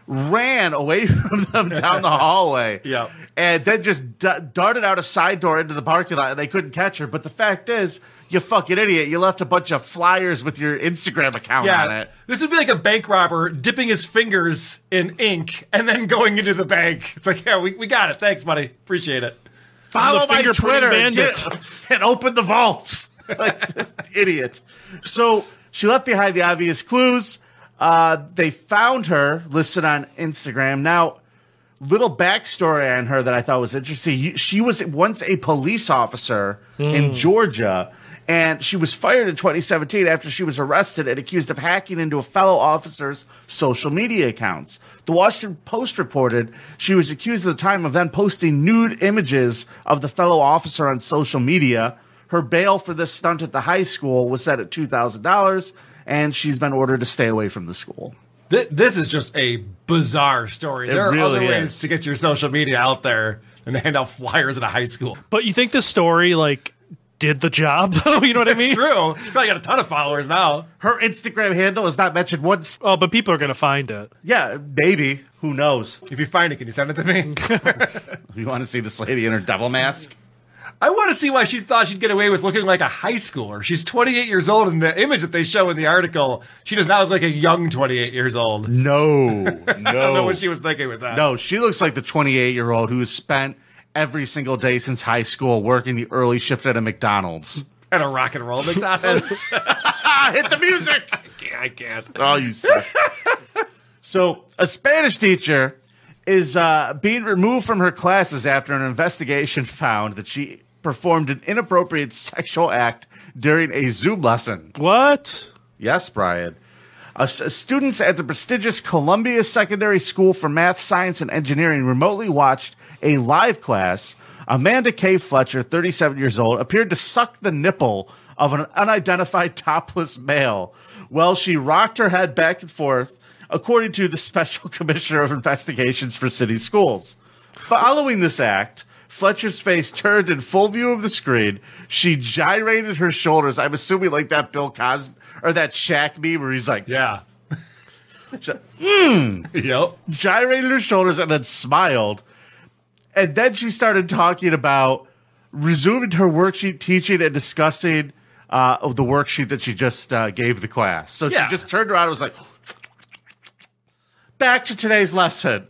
ran away from them down the hallway.
Yeah.
And then just d- darted out a side door into the parking lot and they couldn't catch her. But the fact is, you fucking idiot, you left a bunch of flyers with your Instagram account on it.
This would be like a bank robber dipping his fingers in ink and then going into the bank. It's like, yeah, we, we got it. Thanks, buddy. Appreciate it.
Follow
I'm the
my
fingerprint
Twitter and,
bandit.
get- and open the vault. Like this idiot. So she left behind the obvious clues. Uh, they found her listed on Instagram. Now, little backstory on her that I thought was interesting. You- She was once a police officer in
Mm.
Georgia, and she was fired in 2017 after she was arrested and accused of hacking into a fellow officer's social media accounts. The Washington Post reported she was accused at the time of then posting nude images of the fellow officer on social media. Her bail for this stunt at the high school was set at $2,000, and she's been ordered to stay away from the school.
Th- this is just a bizarre story.
It
there are
really
other ways
is.
to get your social media out there and hand out flyers at a high school.
But you think the story like did the job though? You know what I mean?
true. She's probably got a ton of followers now.
Her Instagram handle is not mentioned once.
Oh, but people are gonna find it.
Yeah, maybe. Who knows?
If you find it, can you send it to me?
you want to see this lady in her devil mask?
I want to see why she thought she'd get away with looking like a high schooler. She's 28 years old, and the image that they show in the article, she does not look like a young 28 years old.
No, no.
I don't know what she was thinking with that.
No, she looks like the 28 year old who has spent every single day since high school working the early shift at a McDonald's.
At a rock and roll McDonald's.
Ah, Hit the music. I
can't. I can't.
Oh, you suck. so, a Spanish teacher is uh, being removed from her classes after an investigation found that she performed an inappropriate sexual act during a Zoom lesson.
What?
Yes, Brian. Uh, s- students at the prestigious Columbia Secondary School for Math, Science, and Engineering remotely watched a live class. Amanda K. Fletcher, 37 years old, appeared to suck the nipple of an unidentified topless male while she rocked her head back and forth, according to the Special Commissioner of Investigations for City Schools. Following this act, Fletcher's face turned in full view of the screen. She gyrated her shoulders. I'm assuming like that Bill Cosby or that Shaq meme where he's like,
yeah.
Hmm.
Yep.
Gyrated her shoulders and then smiled. And then she started talking about resuming her worksheet teaching and discussing uh, of the worksheet that she just uh, gave the class. So
Yeah.
she just turned around and was like, back to today's lesson.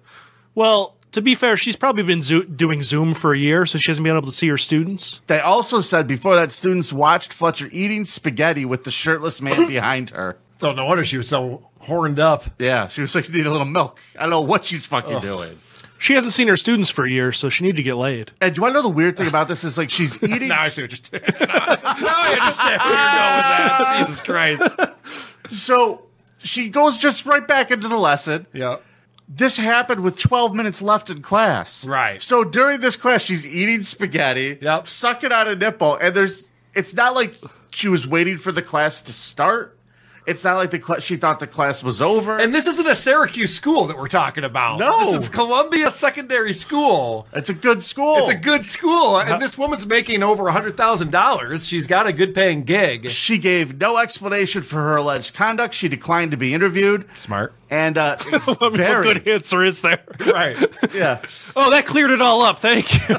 Well, to be fair, she's probably been zo- doing Zoom for a year, so she hasn't been able to see her students.
They also said before that students watched Fletcher eating spaghetti with the shirtless man behind her.
So no wonder she was so horned up.
Yeah, she was like, need a little milk. I don't know what she's fucking
Ugh.
doing.
She hasn't seen her students for a year, so she needed to get laid.
And do you want to know the weird thing about this is like she's eating.
Now I see what you're doing. now I understand where you're going with that. Jesus Christ.
So she goes just right back into the lesson.
Yeah.
This happened with 12 minutes left in class. Right. So during this class, she's eating spaghetti, yep. sucking on a nipple, and there's. It's not like she was waiting for the class to start. It's not like the cla she thought the class was over.
And this isn't a Syracuse school that we're talking about.
No.
This is Columbia Secondary School.
It's a good school.
It's a good school.
Huh.
And this woman's making over $100,000. She's got a good paying gig.
She gave no explanation for her alleged conduct. She declined to be interviewed.
Smart.
And uh, it was
I mean,
very
What good answer is there?
Right.
yeah.
Oh, that cleared it all up. Thank you.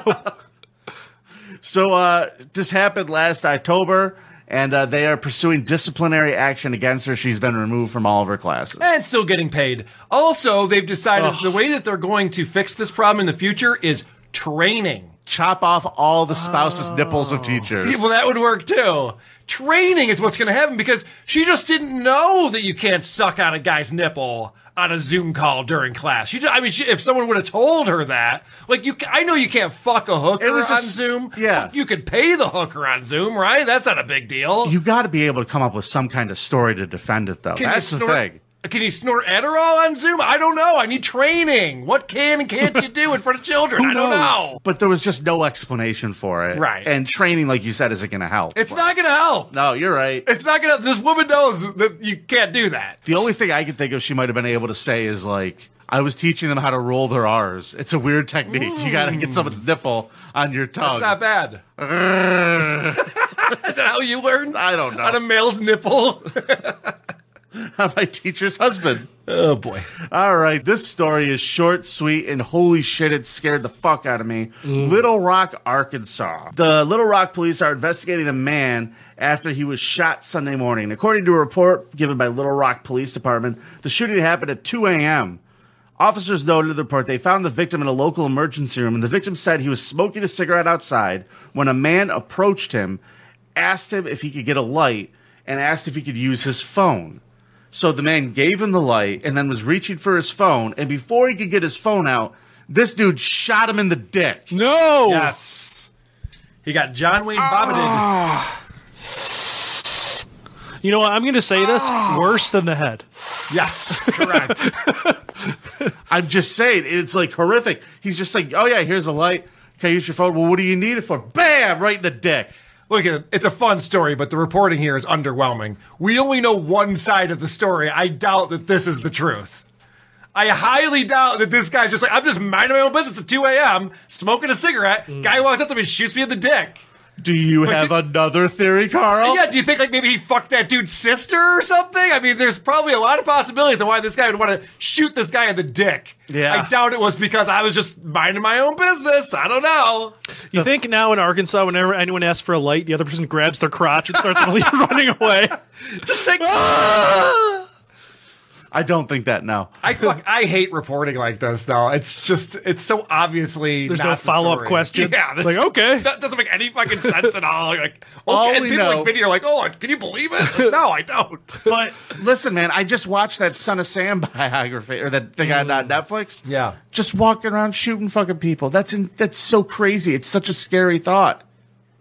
So uh, this happened last October, and uh, they are pursuing disciplinary action against her. She's been removed from all of her classes.
And still getting paid. Also, they've decided the way that they're going to fix this problem in the future is training.
Chop off all the spouses' nipples of teachers.
Oh. Yeah, well, that would work too. Training is what's going to happen because she just didn't know that you can't suck on a guy's nipple on a Zoom call during class. She, ju- I mean, she, if someone would have told her that, like you, ca- I know you can't fuck a hooker
It was
on
just-
Zoom.
yeah.
you could pay the hooker on Zoom, right? That's not a big deal.
You got to be able to come up with some kind of story to defend it, though.
Can you
That's the
snort-
thing.
Can you snort Adderall on Zoom? I don't know. I need training. What can and can't you do in front of children? I don't know.
But there was just no explanation for it.
Right.
And training, like you said, isn't going to help.
It's not going to help.
no, you're right.
It's not going to. This woman knows that you can't do that.
The only thing I can think of she might have been able to say is like, I was teaching them how to roll their R's. It's a weird technique. You got to get someone's nipple on your
Hmm. That's
tongue.
not bad. Is that how you learned?
I don't know.
On a male's nipple?
on my teacher's husband.
Oh boy.
All right, this story is short, sweet, and holy shit, it scared the fuck out of me. Little Rock, Arkansas. The Little Rock police are investigating a man after he was shot Sunday morning. According to a report given by Little Rock Police Department, the shooting happened at 2 a.m. Officers noted in the report they found the victim in a local emergency room, and the victim said he was smoking a cigarette outside when a man approached him, asked him if he could get a light, and asked if he could use his phone. So the man gave him the light and then was reaching for his phone, and before he could get his phone out, This dude shot him in the dick.
No.
Yes. He got John Wayne Bobbitt.
You know what? I'm going to say this worse than the head.
Yes.
Correct. I'm just saying, it's like horrific. He's just like, oh yeah, here's a light. Can I use your phone? Well, what do you need it for? Bam! Right in the dick.
Look, it- it's a fun story, but the reporting here is underwhelming. We only know one side of the story. I doubt that this is the truth. I highly doubt that this guy's just like, I'm just minding my own business at 2 a.m., smoking a cigarette. Guy walks up to me, shoots me in the dick.
Do you have another theory, Carl?
Yeah, do you think like maybe he fucked that dude's sister or something? I mean, there's probably a lot of possibilities of why this guy would want to shoot this guy in the dick.
Yeah.
I doubt it was because I was just minding my own business. I don't know.
You think now in Arkansas, whenever anyone asks for a light, the other person grabs their crotch and starts le- running away?
Just take.
I don't think that now.
I fuck, I hate reporting like this though. It's just it's so obviously
There's
not
no
the
follow-up
story.
questions.
Yeah,
It's like, okay.
that doesn't make any fucking sense at all. Like
All
okay, and
we
people
know-
like video are like, oh, can you believe it? no, I don't.
But listen, man, I just watched that Son of Sam biography or that thing on uh, Netflix.
Mm. Yeah.
Just walking around shooting fucking people. That's in, that's so crazy. It's such a scary thought.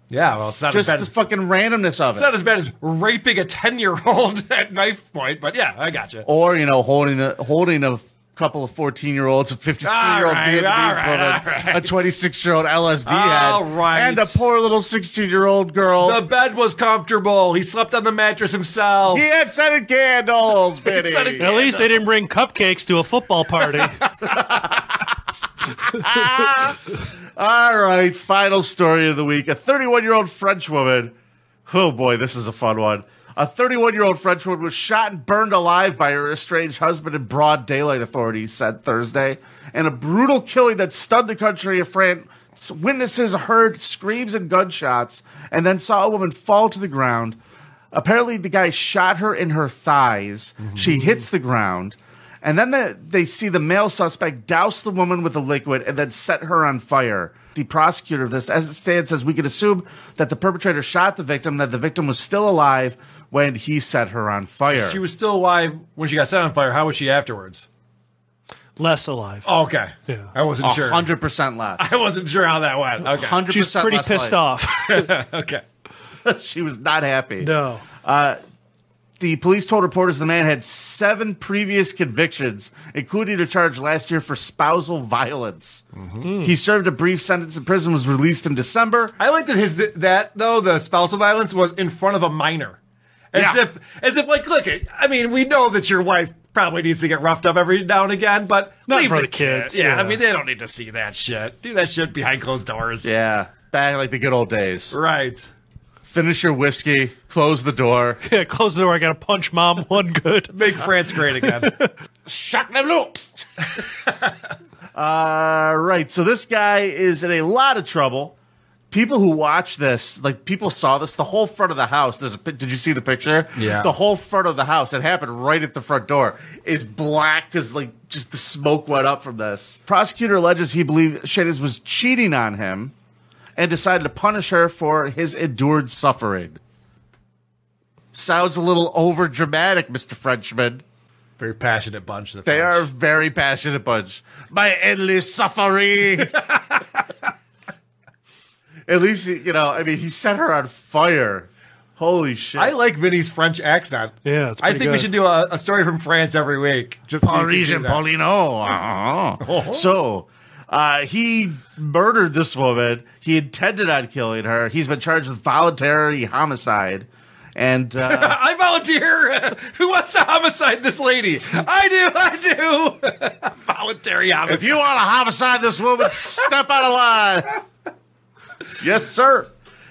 Yeah, well, it's not
just
as bad
the
as
fucking randomness of
it's
it.
not as bad as raping a ten year old at knife point. But yeah, I got you.
or you know, holding a holding a couple of fourteen year olds, a fifty three year
All
old
right, all
Vietnamese
right,
woman, a twenty six year old LSD
All
head,
right.
and a poor little sixteen year old girl.
The bed was comfortable. He slept on the mattress himself.
he had scented candles, Benny.
At least they didn't bring cupcakes to a football party.
All right, final story of the week. A 31 year old French woman. Oh boy, this is a fun one. A 31 year old French woman was shot and burned alive by her estranged husband in broad daylight, authorities said Thursday. And a brutal killing that stunned the country of France. Witnesses heard screams and gunshots and then saw a woman fall to the ground. Apparently, the guy shot her in her thighs. She hits the ground. And then the, they see the male suspect douse the woman with the liquid and then set her on fire. The prosecutor of this, as it stands, says we can assume that the perpetrator shot the victim, that the victim was still alive when he set her on fire.
She was still alive when she got set on fire. How was she afterwards?
Less alive.
Oh, okay.
Yeah.
I wasn't sure.
100% less.
I wasn't sure how that went. Okay.
100%
She's pretty
less
pissed
life.
off.
okay.
she was not happy.
No.
Uh, the police told reporters the man had seven previous convictions, including a charge last year for spousal violence. He served a brief sentence in prison, was released in December.
I like that his that though the spousal violence was in front of a minor, as if as if like look, I mean we know that your wife probably needs to get roughed up every now and again, but
Not
leave
for the
kid.
kids, yeah.
Yeah, I mean they don't need to see that shit. Do that shit behind closed doors.
Yeah, back like the good old days.
Right.
Finish your whiskey, close the door.
Yeah, close the door. I got to punch mom one good.
Make France great again.
Shock them blue. All Uh, right, so this guy is in a lot of trouble. People who watch this, like people saw this, the whole front of the house. There's a, pic- did you see the picture?
Yeah.
The whole front of the house. It happened right at the front door. Is black because like just the smoke went up from this. Prosecutor alleges he believed Shades was cheating on him, and decided to punish her for his endured suffering. Sounds a little over dramatic, Mister Frenchman.
Very passionate bunch. The
They are a very passionate bunch. My endless suffering. At least you know. I mean, he set her on fire. Holy shit!
I like Vinny's French accent.
Yeah,
I think we should do a, a story from France every week. Just so you can do
Parisian
that.
Paulino. Uh-huh. so uh, he murdered this woman. He intended on killing her. He's been charged with voluntary homicide, and uh,
I volunteer. Who wants to homicide this lady? I do. I do. Voluntary homicide.
If you want to homicide this woman, step out of line. yes, sir.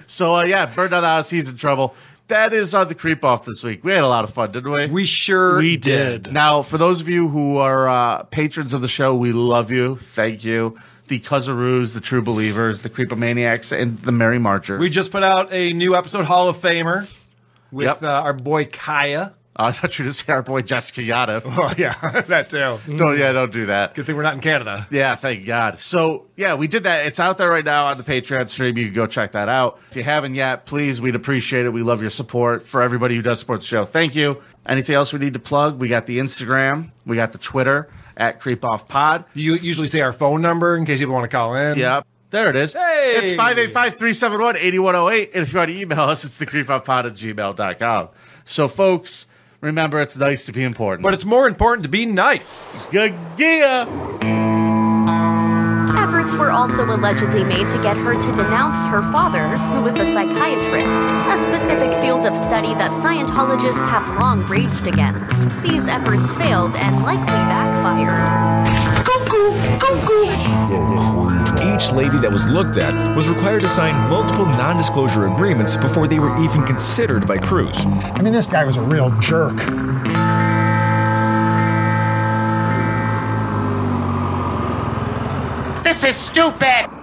So uh, yeah, burned down the house. He's in trouble. That is on the creep off this week. We had a lot of fun, didn't we?
we sure
We did.
Now, for those of you who are uh, patrons of the show, we love you. Thank you. The Cuzaroos, the True Believers, the Creepomaniacs, and the Merry Marcher.
We just put out a new episode, Hall of Famer, with
Yep.
uh, our boy Kaya.
I thought you were just our boy Jessica Yadav.
Oh yeah, that too.
Don't yeah, don't do that.
Good thing we're not in Canada.
Yeah, thank God. So, yeah, we did that. It's out there right now on the Patreon stream. You can go check that out. If you haven't yet, please, we'd appreciate it. We love your support. For everybody who does support the show, thank you. Anything else we need to plug? We got the Instagram, we got the Twitter, at Creep Off Pod.
You usually say our phone number in case you want to call in.
Yep. There it is.
Hey!
It's 585 371 8108. And if you want to email us, it's thecreepoutpod at gmail.com. So, folks, remember it's nice to be important.
But it's more important to be nice.
Yeah.
Efforts were also allegedly made to get her to denounce her father, who was a psychiatrist, a specific field of study that Scientologists have long raged against. These efforts failed and likely backfired.
Each lady that was looked at was required to sign multiple non disclosure agreements before they were even considered by Cruz.
I mean, this guy was a real jerk.
This is stupid.